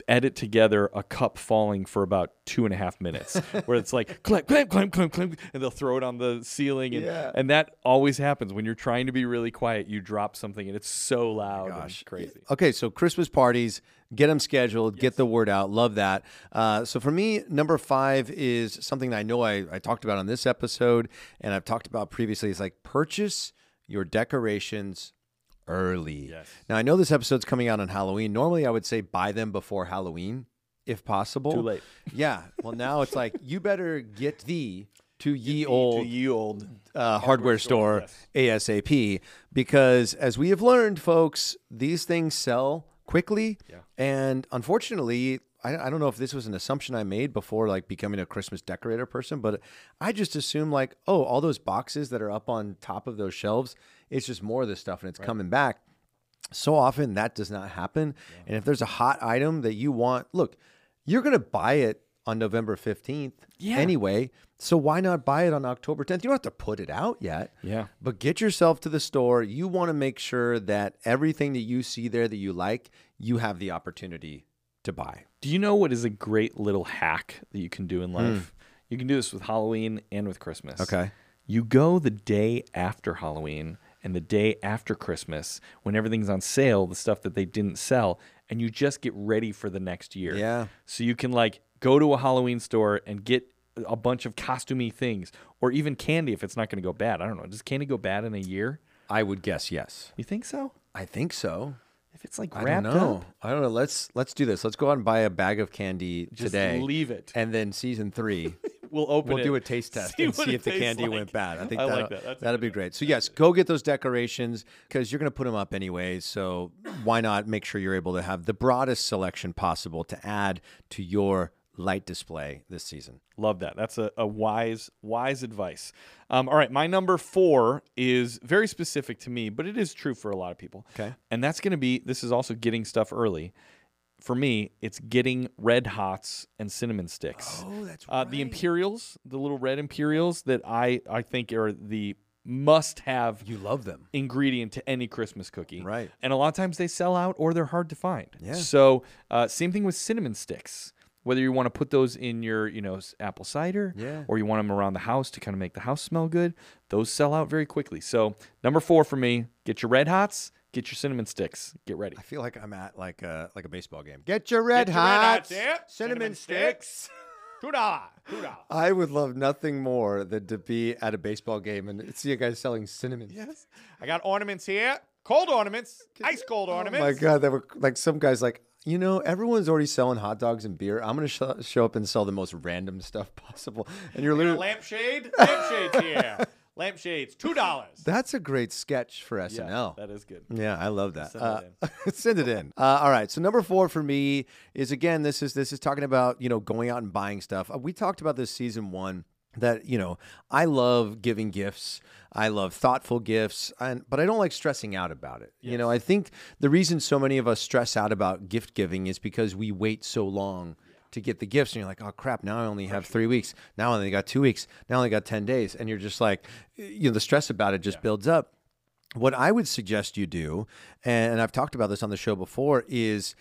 edit together a cup falling for about two and a half minutes where it's like clamp clamp clamp clamp clamp and they'll throw it on the ceiling and, and that always happens when you're trying to be really quiet you drop something and it's so loud and crazy
Oh, Okay, so Christmas parties, get them scheduled, get the word out. Love that. Uh, so for me, number five is something that I know I, I talked about on this episode and I've talked about previously. It's like purchase your decorations early. Yes. Now I know this episode's coming out on Halloween. Normally I would say buy them before Halloween if possible.
Too late.
Yeah. Well, now it's like you better get thee to ye old
you old
uh, hardware store, ASAP because as we have learned, folks, these things sell quickly. And unfortunately, I, I don't know if this was an assumption I made before like becoming a Christmas decorator person, but I just assume like, oh, all those boxes that are up on top of those shelves, it's just more of this stuff and it's coming back so often that does not happen. And if there's a hot item that you want, look, you're going to buy it on November 15th anyway. So why not buy it on October 10th? You don't have to put it out yet.
Yeah.
But get yourself to the store. You want to make sure that everything that you see there that you like, you have the opportunity to buy.
do you know what is a great little hack that you can do
Hmm.
in life you can do this with halloween and with christmas You go the day after Halloween and the day after Christmas when everything's on sale, the stuff that they didn't sell, and you just get ready for the next year.
Yeah.
So you can like go to a Halloween store and get a bunch of costumey things or even candy if it's not going to go bad. I don't know. Does candy go bad in a year?
I would guess yes.
You think so?
I think so.
If it's like
I
wrapped
don't know.
up.
I don't know. Let's let's do this. Let's go out and buy a bag of candy
Just
today.
leave it.
And then season 3
We'll open
we'll
it.
do a taste test and
what
see
it
if the
tastes
candy
like.
went bad. I think
I
that'll,
like that. That's a
that'll be great. So yes, go get those decorations because you're going to put them up anyway. So why not make sure you're able to have the broadest selection possible to add to your light display this season.
Love that. That's a, a wise, wise advice. Um, all right. My number four is very specific to me, but it is true for a lot of people.
Okay.
And that's going to be this is also getting stuff early. For me, it's getting red hots and cinnamon sticks. Oh, that's uh, The Imperials, the little red Imperials that I, I think are the must have
You love them.
ingredient to any Christmas cookie.
Right.
And a lot of times they sell out or they're hard to find. Yeah. So uh, same thing with cinnamon sticks. Whether you want to put those in your, you know, s- apple cider,
Yeah.
or you want them around the house to kind of make the house smell good, those sell out very quickly. So number four for me, get your red hots, Get your cinnamon sticks. Get ready.
I feel like I'm at like a like a baseball game. Get your red
Get your red
hot
hot dip, cinnamon sticks. Two dollar. Two dollar.
I would love nothing more than to be at a baseball game and see a guy selling cinnamon.
Yes. I got ornaments here. Cold ornaments. Ice cold ornaments.
Oh my god, that were like some guys like you know everyone's already selling hot dogs and beer. I'm gonna sh- show up and sell the most random stuff possible. And you're literally
Lampshade. Lampshades here. Lampshades. Two dollars.
that's a great sketch for SNL.
That is good.
Yeah, I love that.
Send it
in. send it in. Uh, all right. So number four for me is again this is this is talking about you know going out and buying stuff. Uh, We talked about this season one that you know I love giving gifts. I love thoughtful gifts, and but I don't like stressing out about it. You know, I think the reason so many of us stress out about gift giving is because we wait so long. To get the gifts, and you're like, oh crap! Now I only have three weeks. Now I only got two weeks. Now I only got ten days, and you're just like, you know, the stress about it just builds up what I would suggest you do, and I've talked about this on the show before, is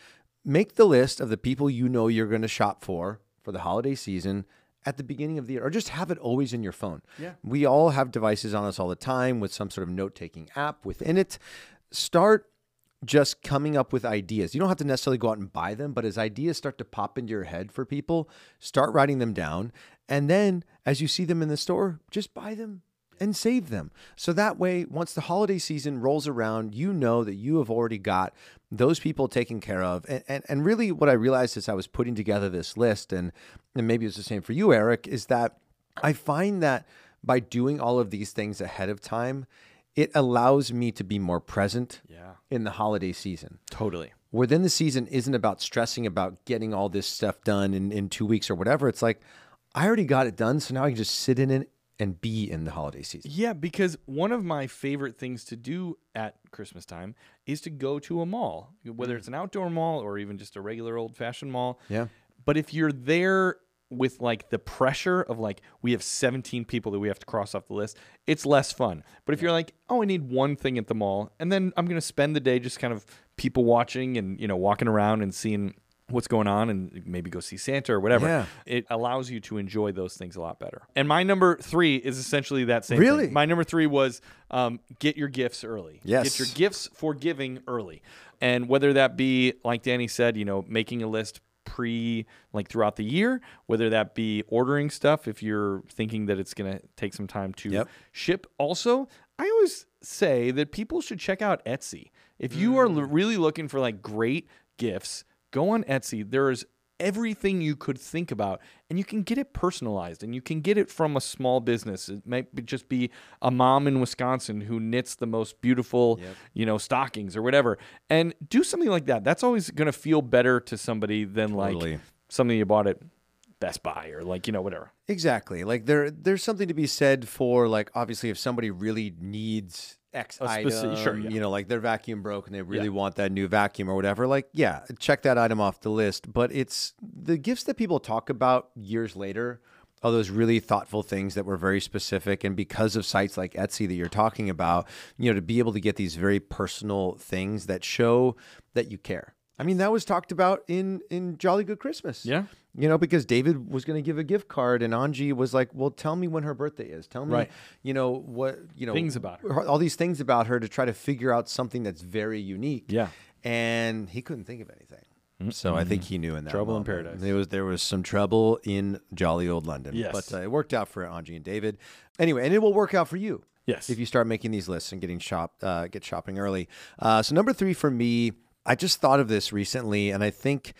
make the list of the people you know you're going to shop for for the holiday season at the beginning of the year, or just have it always in your phone. Yeah. We all have devices on us all the time with some sort of note taking app within it. Start just coming up with ideas. You don't have to necessarily go out and buy them, but as ideas start to pop into your head for people, start writing them down. And then as you see them in the store, just buy them and save them. So that way, once the holiday season rolls around, you know that you have already got those people taken care of. And, and, and really, what I realized as I was putting together this list, and, and maybe it's the same for you, Eric, is that I find that by doing all of these things ahead of time, it allows me to be more present
Yeah.
in the holiday season
Totally.
where then the season isn't about stressing about getting all this stuff done in, in two weeks or whatever. It's like, I already got it done. So now I can just sit in it and be in the holiday season.
Yeah, because one of my favorite things to do at Christmas time is to go to a mall, whether it's an outdoor mall or even just a regular old fashioned mall.
Mm. Yeah.
But if you're there with like the pressure of like we have 17 people that we have to cross off the list, it's less fun. But if you're like, oh, I need one thing at the mall, and then I'm gonna spend the day just kind of people watching and you know walking around and seeing what's going on and maybe go see Santa or whatever.
Yeah.
It allows you to enjoy those things a lot better. And my number three is essentially that same.
Really?
Thing. My number three was um, get your gifts early.
Yes.
Get your gifts for giving early. And whether that be, like Danny said, you know, making a list pre, like throughout the year, whether that be ordering stuff if you're thinking that it's going to take some time to
Yep.
ship. Also, I always say that people should check out Etsy. If you are l-
Mm.
really looking for like great gifts, go on Etsy. There is everything you could think about and you can get it personalized and you can get it from a small business it might be, just be a mom in wisconsin who knits the most beautiful you know stockings or whatever and do something like that that's always going to feel better to somebody than
Totally.
like something you bought at best buy or like you know whatever
Exactly. Like there, there's something to be said for like, obviously if somebody really needs X
A speci-
item,
sure, yeah.
you know, like their vacuum broke and they really want that new vacuum or whatever, like, yeah, check that item off the list. But it's the gifts that people talk about years later are those really thoughtful things that were very specific. And because of sites like Etsy that you're talking about, you know, to be able to get these very personal things that show that you care. I mean, that was talked about in in Jolly Good Christmas.
Yeah.
You know, because David was going to give a gift card, and Anji was like, "Well, tell me when her birthday is. Tell me,
Right.
you know, what you know,
Things about her.
all these things about her to try to figure out something that's very unique."
Yeah.
and he couldn't think of anything. So I think he knew in that
Trouble in
moment.
paradise.
There was there was some trouble in jolly old London.
Yes.
but uh, it worked out for Anji and David. Anyway, and it will work out for you.
Yes.
if you start making these lists and getting shop uh, get shopping early. Uh, so number three for me, I just thought of this recently, and I think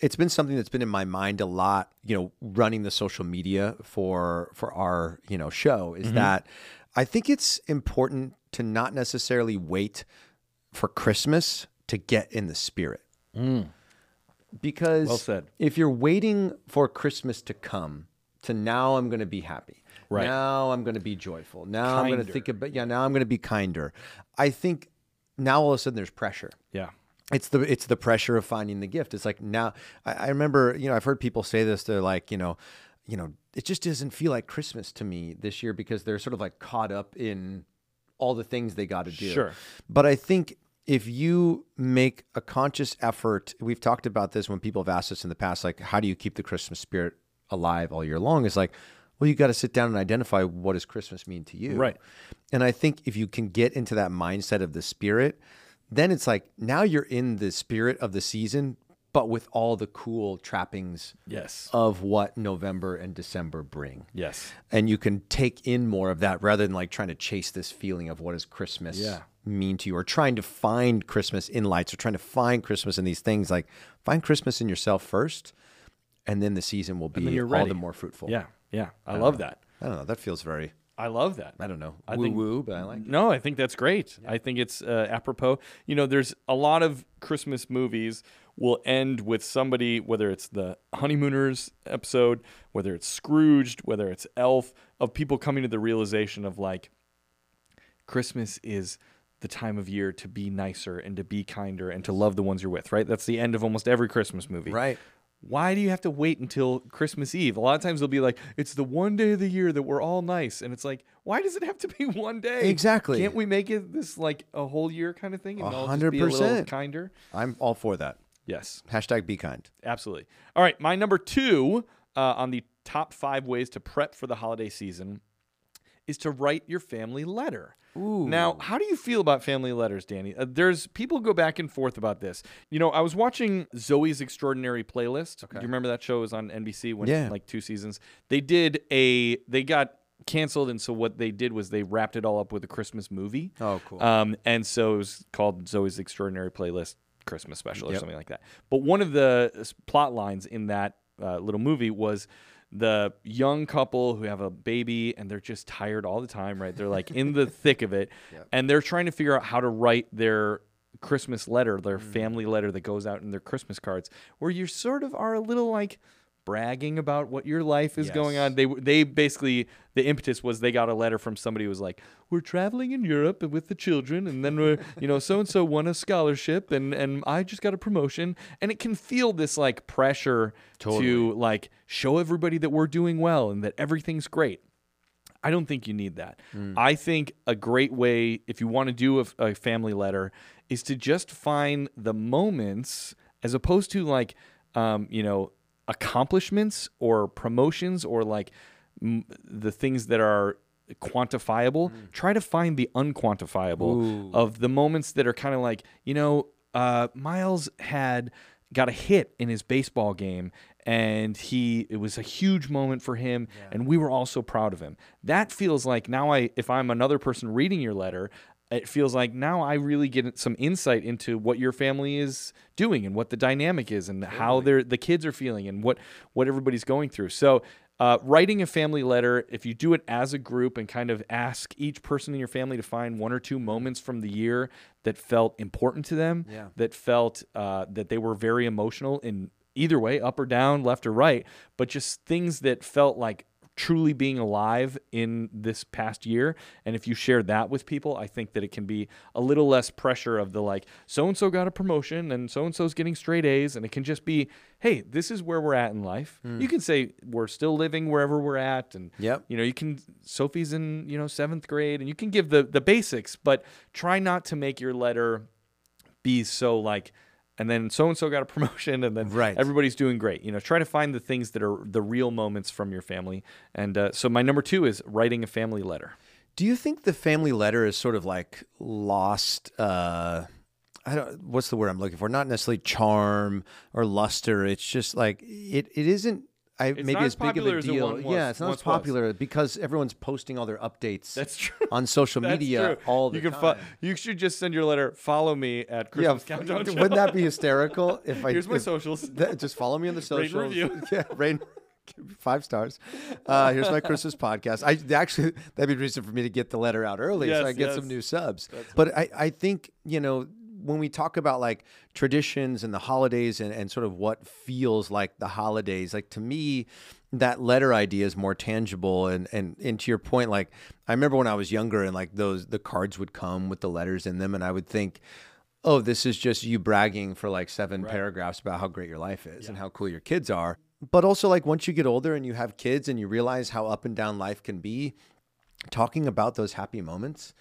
it's been something that's been in my mind a lot. You know, running the social media for for our you know show is that I think it's important to not necessarily wait for Christmas to get in the spirit. Because
Well said.
if you're waiting for Christmas to come, to now I'm going to be happy.
Right.
Now I'm going to be joyful. Now I'm going to
Kinder.
think about yeah, now I'm going to be kinder. I think now all of a sudden there's pressure
yeah
it's the it's the pressure of finding the gift. It's like now I, I remember you know I've heard people say this. They're like you know, you know it just doesn't feel like Christmas to me this year because they're sort of like caught up in all the things they got to do.
Sure.
but I think if you make a conscious effort, we've talked about this when people have asked us in the past, like how do you keep the Christmas spirit alive all year long? It's like well, you got to sit down and identify what does Christmas mean to you.
Right.
And I think if you can get into that mindset of the spirit, then it's like now you're in the spirit of the season, but with all the cool trappings
Yes.
of what November and December bring.
Yes.
And you can take in more of that rather than like trying to chase this feeling of what does Christmas
Yeah.
mean to you or trying to find Christmas in lights or trying to find Christmas in these things. Like find Christmas in yourself first, and then the season will be
you're
all
ready.
the more fruitful.
Yeah. Yeah. I love that.
I don't know. That feels very,
I love that.
I don't know,
I
woo
think-
woo, but I like it.
No, I think that's great. I think it's uh, apropos. You know, there's a lot of Christmas movies will end with somebody, whether it's the Honeymooners episode, whether it's Scrooged, whether it's Elf, of people coming to the realization of like, Christmas is the time of year to be nicer and to be kinder and to love the ones you're with, right? That's the end of almost every Christmas movie.
Right.
Why do you have to wait until Christmas Eve? A lot of times they'll be like, it's the one day of the year that we're all nice. And it's like, why does it have to be one day?
Exactly.
Can't we make it this like a whole year kind of thing and all just be a little
100%.
kinder?
I'm all for that.
Yes,
Hashtag be kind.
absolutely. All right. My number two uh, on the top five ways to prep for the holiday season is to write your family letter. Now, how do you feel about family letters, Danny? Uh, there's people go back and forth about this. You know, I was watching Zoe's Extraordinary Playlist. Do you remember that show was on NBC when
Yeah.
like two seasons? They did a they got canceled and so what they did was they wrapped it all up with a Christmas movie.
Oh, cool.
Um, and so it was called Zoe's Extraordinary Playlist Christmas Special or something like that. But one of the uh, s- plot lines in that uh, little movie was the young couple who have a baby and they're just tired all the time, right? They're like in the thick of it and they're trying to figure out how to write their Christmas letter, their family letter that goes out in their Christmas cards, where you sort of are a little like bragging about what your life is going on. They they basically the impetus was they got a letter from somebody who was like, "We're traveling in Europe with the children, and then we're you know so and so won a scholarship, and and I just got a promotion." And it can feel this like pressure to like show everybody that we're doing well and that everything's great. I don't think you need that. I think a great way, if you want to do a, a family letter, is to just find the moments as opposed to like, um, you know, accomplishments or promotions or like m- the things that are quantifiable. Try to find the unquantifiable of the moments that are kind of like, you know, uh, Miles had got a hit in his baseball game and he it was a huge moment for him and we were all so proud of him that feels like now i if i'm another person reading your letter it feels like now i really get some insight into what your family is doing and what the dynamic is and how they're the kids are feeling and what what everybody's going through so uh, writing a family letter, if you do it as a group and kind of ask each person in your family to find one or two moments from the year that felt important to them, that felt uh, that they were very emotional in either way, up or down, left or right, but just things that felt like truly being alive in this past year. And if you share that with people, I think that it can be a little less pressure of the like, so and so got a promotion and so and so's getting straight A's. And it can just be, hey, this is where we're at in life. You can say, we're still living wherever we're at. And,
Yep.
you know, you can, Sophie's in, you know, seventh grade and you can give the, the basics, but try not to make your letter be so like and then so and so got a promotion and then
Right.
everybody's doing great you know try to find the things that are the real moments from your family and uh, so my number two is writing a family letter
Do you think the family letter is sort of like lost? Uh, I don't. What's the word I'm looking for? Not necessarily charm or luster. It's just like it. It isn't. I maybe
not
as
as
big of
popular
a
as it
deal.
once-
yeah, it's not
once
as
was.
popular because everyone's posting all their updates.
That's true.
on social
That's true.
media all the
you can fo-
time.
you should just send your letter follow me at
yeah,
christmas countdown Show."
wouldn't that be hysterical? If I
here's my
if-
socials
That- just follow me on the
and
socials.
review.
Yeah, rain. Five stars. Uh, here's my Christmas podcast. I actually that'd be a reason for me to get the letter out early
Yes,
so I get
yes.
some new subs. but I, I think you know when we talk about like traditions and the holidays and, and sort of what feels like the holidays, like to me, that letter idea is more tangible. And, and and to your point, like I remember when I was younger and like those the cards would come with the letters in them, and I would think, oh, this is just you bragging for like seven paragraphs about how great your life is and how cool your kids are. But also, like, once you get older and you have kids and you realize how up and down life can be, talking about those happy moments,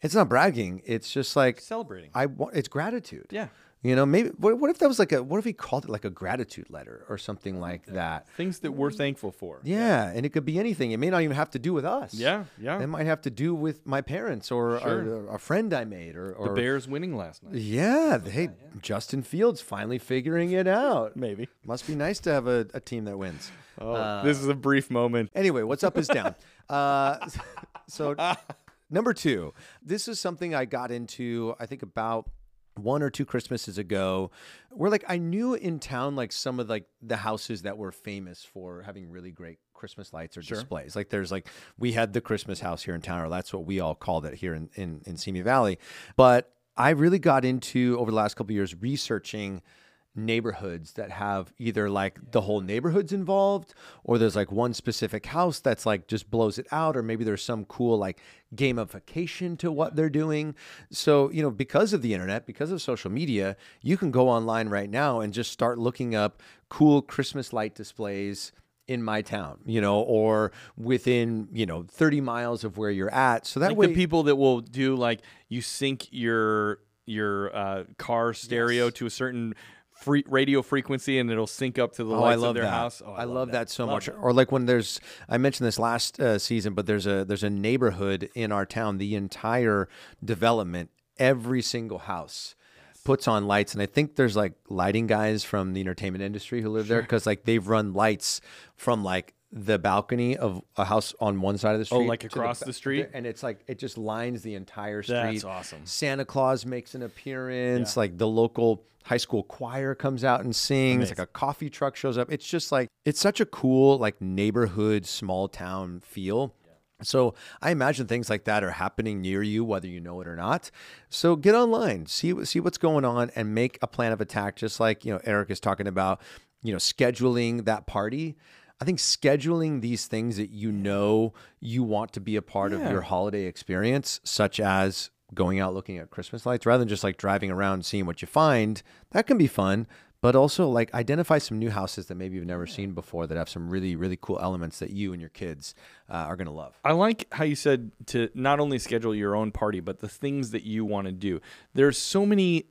it's not bragging. It's just like
celebrating
I want. It's gratitude.
yeah
You know, maybe what, what if that was like a what if he called it like a gratitude letter or something like that?
Things that we're thankful for.
Yeah, and it could be anything. It may not even have to do with us.
Yeah, yeah.
It might have to do with my parents or, or, a friend I made or, or
The Bears winning last night.
Yeah, they, Justin Fields finally figuring it out.
Maybe.
Must be nice to have a, a team that wins.
Oh, this is a brief moment.
Anyway, what's up is down. Uh, so, number two, this is something I got into, I think, about one or two Christmases ago, where like I knew in town, like some of like the houses that were famous for having really great Christmas lights or displays. Like there's like, we had the Christmas house here in town, or that's what we all called it here in, in, in Simi Valley. But I really got into over the last couple of years researching neighborhoods that have either like the whole neighborhood's involved or there's like one specific house that's like just blows it out or maybe there's some cool like gamification to what they're doing so you know because of the internet because of social media you can go online right now and just start looking up cool christmas light displays in my town you know or within you know 30 miles of where you're at so that
Like
way
the people that will do like you sync your your uh, car stereo to a certain free radio frequency and it'll sync up to the lights of their house.
Oh,
Oh,
I, love, that, so much. Or like when there's, I mentioned this last uh, season, but there's a there's a neighborhood in our town. The entire development, every single house. Puts on lights, and I think there's like lighting guys from the entertainment industry who live there because like they've run lights from like the balcony of a house on one side of the street.
Oh, like
to
across
ba-
the street?
and it's like it just lines the entire street.
That's awesome.
Santa Claus makes an appearance. Like the local high school choir comes out and sings. Like a coffee truck shows up. It's just like it's such a cool like neighborhood small town feel. So I imagine things like that are happening near you, whether you know it or not. So get online, see what- see what's going on, and make a plan of attack. Just like you know Eric is talking about, you know scheduling that party. I think scheduling these things that you know you want to be a part of your holiday experience, such as going out looking at Christmas lights, rather than just like driving around and seeing what you find, that can be fun. But also like identify some new houses that maybe you've never seen before that have some really really cool elements that you and your kids uh, are gonna love.
I like how you said to not only schedule your own party, but the things that you want to do. There's so many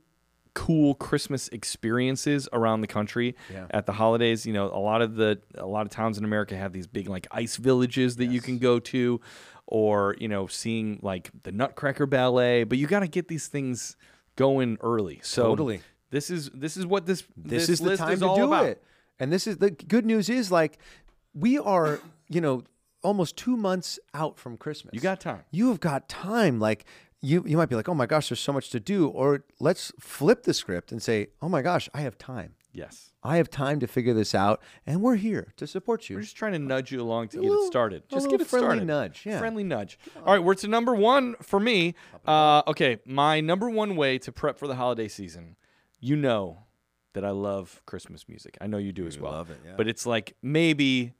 cool Christmas experiences around the country at the holidays. You know, a lot of the a lot of towns in America have these big like ice villages that you can go to, or you know, seeing like the Nutcracker ballet. But you got to get these things going early. So
Totally.
this is this is what this
this, is the
list
time
is
to
all
do
about.
it. And this is the good news is like we are, you know, almost two months out from Christmas.
You got time.
You have got time. Like you, you might be like, oh my gosh, there's so much to do. Or let's flip the script and say, oh my gosh, I have time.
Yes.
I have time to figure this out, and we're here to support you.
We're just trying to nudge you along to get
little-
it started.
a
Just
little
get it
friendly
started.
nudge, yeah.
Friendly nudge. All right, we're to number one for me. Uh, okay, my number one way to prep for the holiday season. You know that I love Christmas music. I know you do as well.
love it, yeah.
But it's like maybe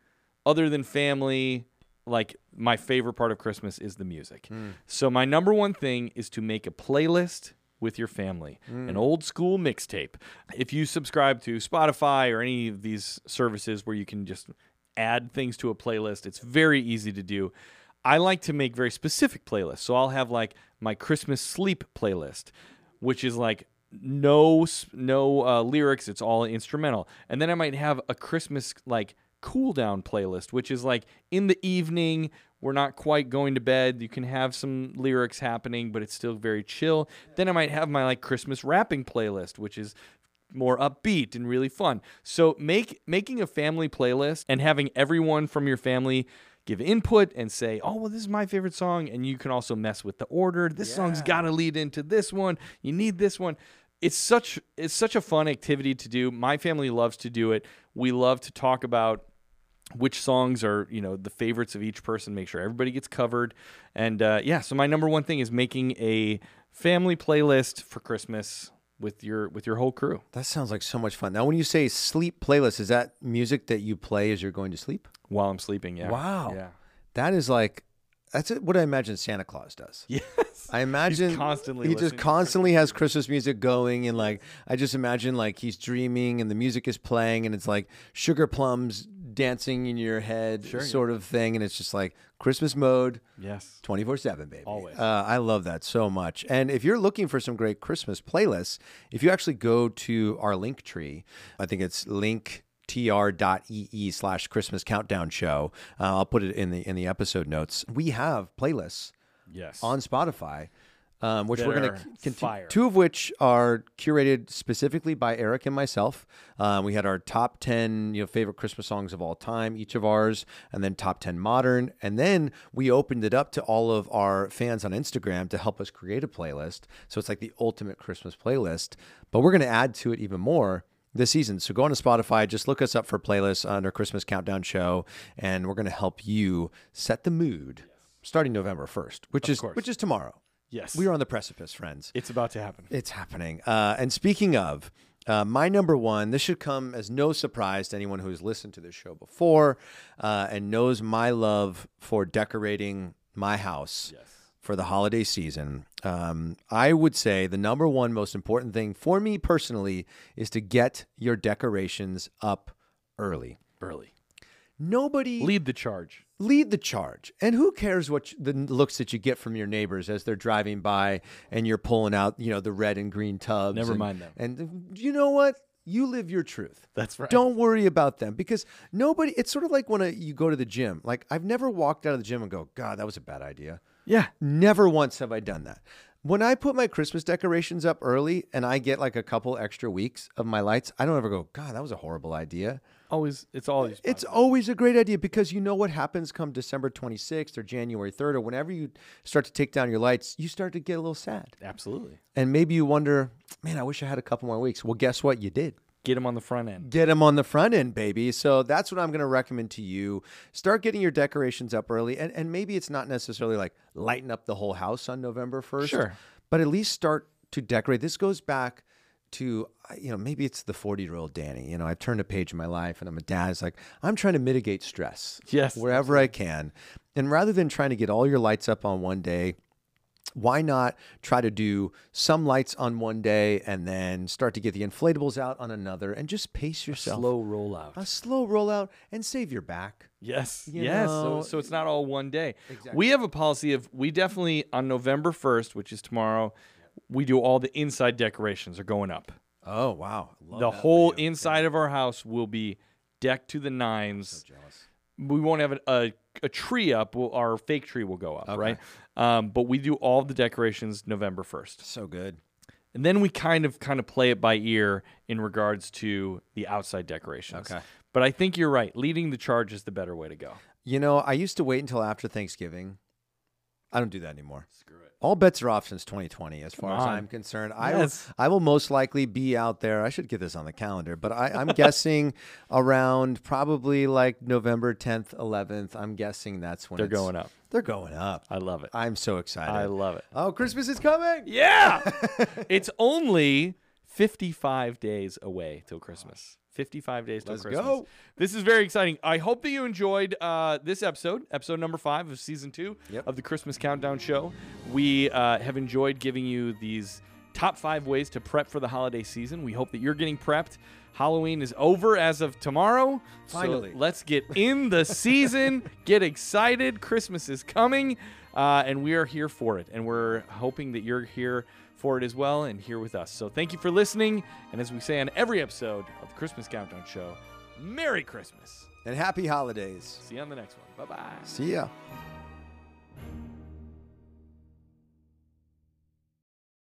other than family, like my favorite part of Christmas is the music.
Hmm.
So my number one thing is to make a playlist with your family,
Hmm.
an old school mixtape. If you subscribe to Spotify or any of these services where you can just add things to a playlist, it's very easy to do. I like to make very specific playlists. So I'll have like my Christmas sleep playlist, which is like no s- no uh, lyrics it's all instrumental and then i might have a christmas like cool down playlist which is like in the evening we're not quite going to bed you can have some lyrics happening but it's still very chill then i might have my like christmas rapping playlist which is more upbeat and really fun. So make making a family playlist and having everyone from your family give input and say, "Oh, well this is my favorite song," and you can also mess with the order. This song's got to lead into this one. You need this one. It's such it's such a fun activity to do. My family loves to do it. We love to talk about which songs are you know the favorites of each person make sure everybody gets covered and uh, yeah so my number one thing is making a family playlist for christmas with your with your whole crew
that sounds like so much fun. Now, when you say sleep playlist, is that music that you play as you're going to sleep?
while i'm sleeping yeah
Wow.
yeah
That is like that's it- what I imagine Santa Claus does.
yes
I imagine
constantly
he just
listening to
constantly has Christmas music going and like I just imagine like he's dreaming and the music is playing and it's like sugar plums dancing in your head
Sure, yeah.
sort of thing, and it's just like Christmas mode.
Yes.
24 7, baby.
Always.
Uh, I love that so much. And if you're looking for some great Christmas playlists, if you actually go to our link tree, I think it's link tr.ee slash christmas countdown show uh, i'll put it in the in the episode notes we have playlists
Yes.
on spotify um, which
That
we're going
are
to continue
fire.
two of which are curated specifically by eric and myself um, we had our top 10 you know favorite christmas songs of all time each of ours and then top 10 modern and then we opened it up to all of our fans on instagram to help us create a playlist so it's like the ultimate christmas playlist but we're going to add to it even more this season. So go on to Spotify, just look us up for playlists under Christmas Countdown Show, and we're going to help you set the mood starting November 1st, which is which is tomorrow.
yes.
We are on the precipice, friends.
It's about to happen.
It's happening. Uh, and speaking of, uh, my number one, this should come as no surprise to anyone who's listened to this show before uh, and knows my love for decorating my house for the holiday season. Um, I would say the number one most important thing for me personally is to get your decorations up early.
Early.
Nobody
Lead the charge.
lead the charge. And who cares what you- the looks that you get from your neighbors as they're driving by and you're pulling out, you know, the red and green tubs.
Never
and-
mind them.
And uh, you know what? You live your truth.
That's right.
Don't worry about them because nobody. It's sort of like when a, you go to the gym. Like I've never walked out of the gym and go, God, that was a bad idea.
Yeah.
Never once have I done that. When I put my Christmas decorations up early and I get like a couple extra weeks of my lights, I don't ever go, God, that was a horrible idea.
Always. It's always.
It's always a great idea because you know what happens come December 26th or January 3rd or whenever you start to take down your lights, you start to get a little sad.
absolutely.
And maybe you wonder, man, I wish I had a couple more weeks. Well, guess what? You did.
Get him on the front end.
Get them on the front end, baby. So that's what I'm going to recommend to you. Start getting your decorations up early. And, and maybe it's not necessarily like lighten up the whole house on November 1st.
Sure.
But at least start to decorate. This goes back to, uh, you know, maybe it's the 40 year old Danny. You know, I've turned a page in my life and I'm a dad. It's like, I'm trying to mitigate stress.
Yes.
Wherever I can. And rather than trying to get all your lights up on one day, why not try to do some lights on one day and then start to get the inflatables out on another and just pace yourself
Slow rollout.
a slow rollout and save your back
Yes.
You
yes.
know,
so, so it's not all one day. We have a policy of we definitely on November 1st, which is tomorrow, we do all the inside decorations are going up.
oh wow Love
the
that.
whole inside of our house will be decked to the nines. we won't have a, a, a tree up. We'll, our fake tree will go up, right? Um, but we do all the decorations November 1st.
so good
And then we kind of kind of play it by ear in regards to the outside decorations.
Okay.
But I think you're right. Leading the charge is the better way to go.
you know i used to wait until after thanksgiving i don't do that anymore screw it all bets are off since 2020 as far as
on.
i'm concerned I, will,
Yes.
I will most likely be out there i should get this on the calendar but I, i'm guessing around probably like november 10th 11th i'm guessing that's when
They're
it's-
going up.
they're going up
I love it. I,
i'm so excited
love it.
oh christmas is coming
Yeah. it's only 55 days away till Christmas. 55 days till
Let's
Christmas.
go.
This is very exciting. I hope that you enjoyed uh, this episode, episode number five of season two
Yep.
of the Christmas Countdown Show. We uh, have enjoyed giving you these top five ways to prep for the holiday season. We hope that you're getting prepped. Halloween is over as of tomorrow. So
Finally.
let's get in the season. get excited. Christmas is coming, uh, and we are here for it. And we're hoping that you're here for it as well and here with us. So thank you for listening. And as we say on every episode of the Christmas Countdown Show, Merry Christmas.
and happy holidays
See you on the next one. Bye bye.
see ya
Christmas.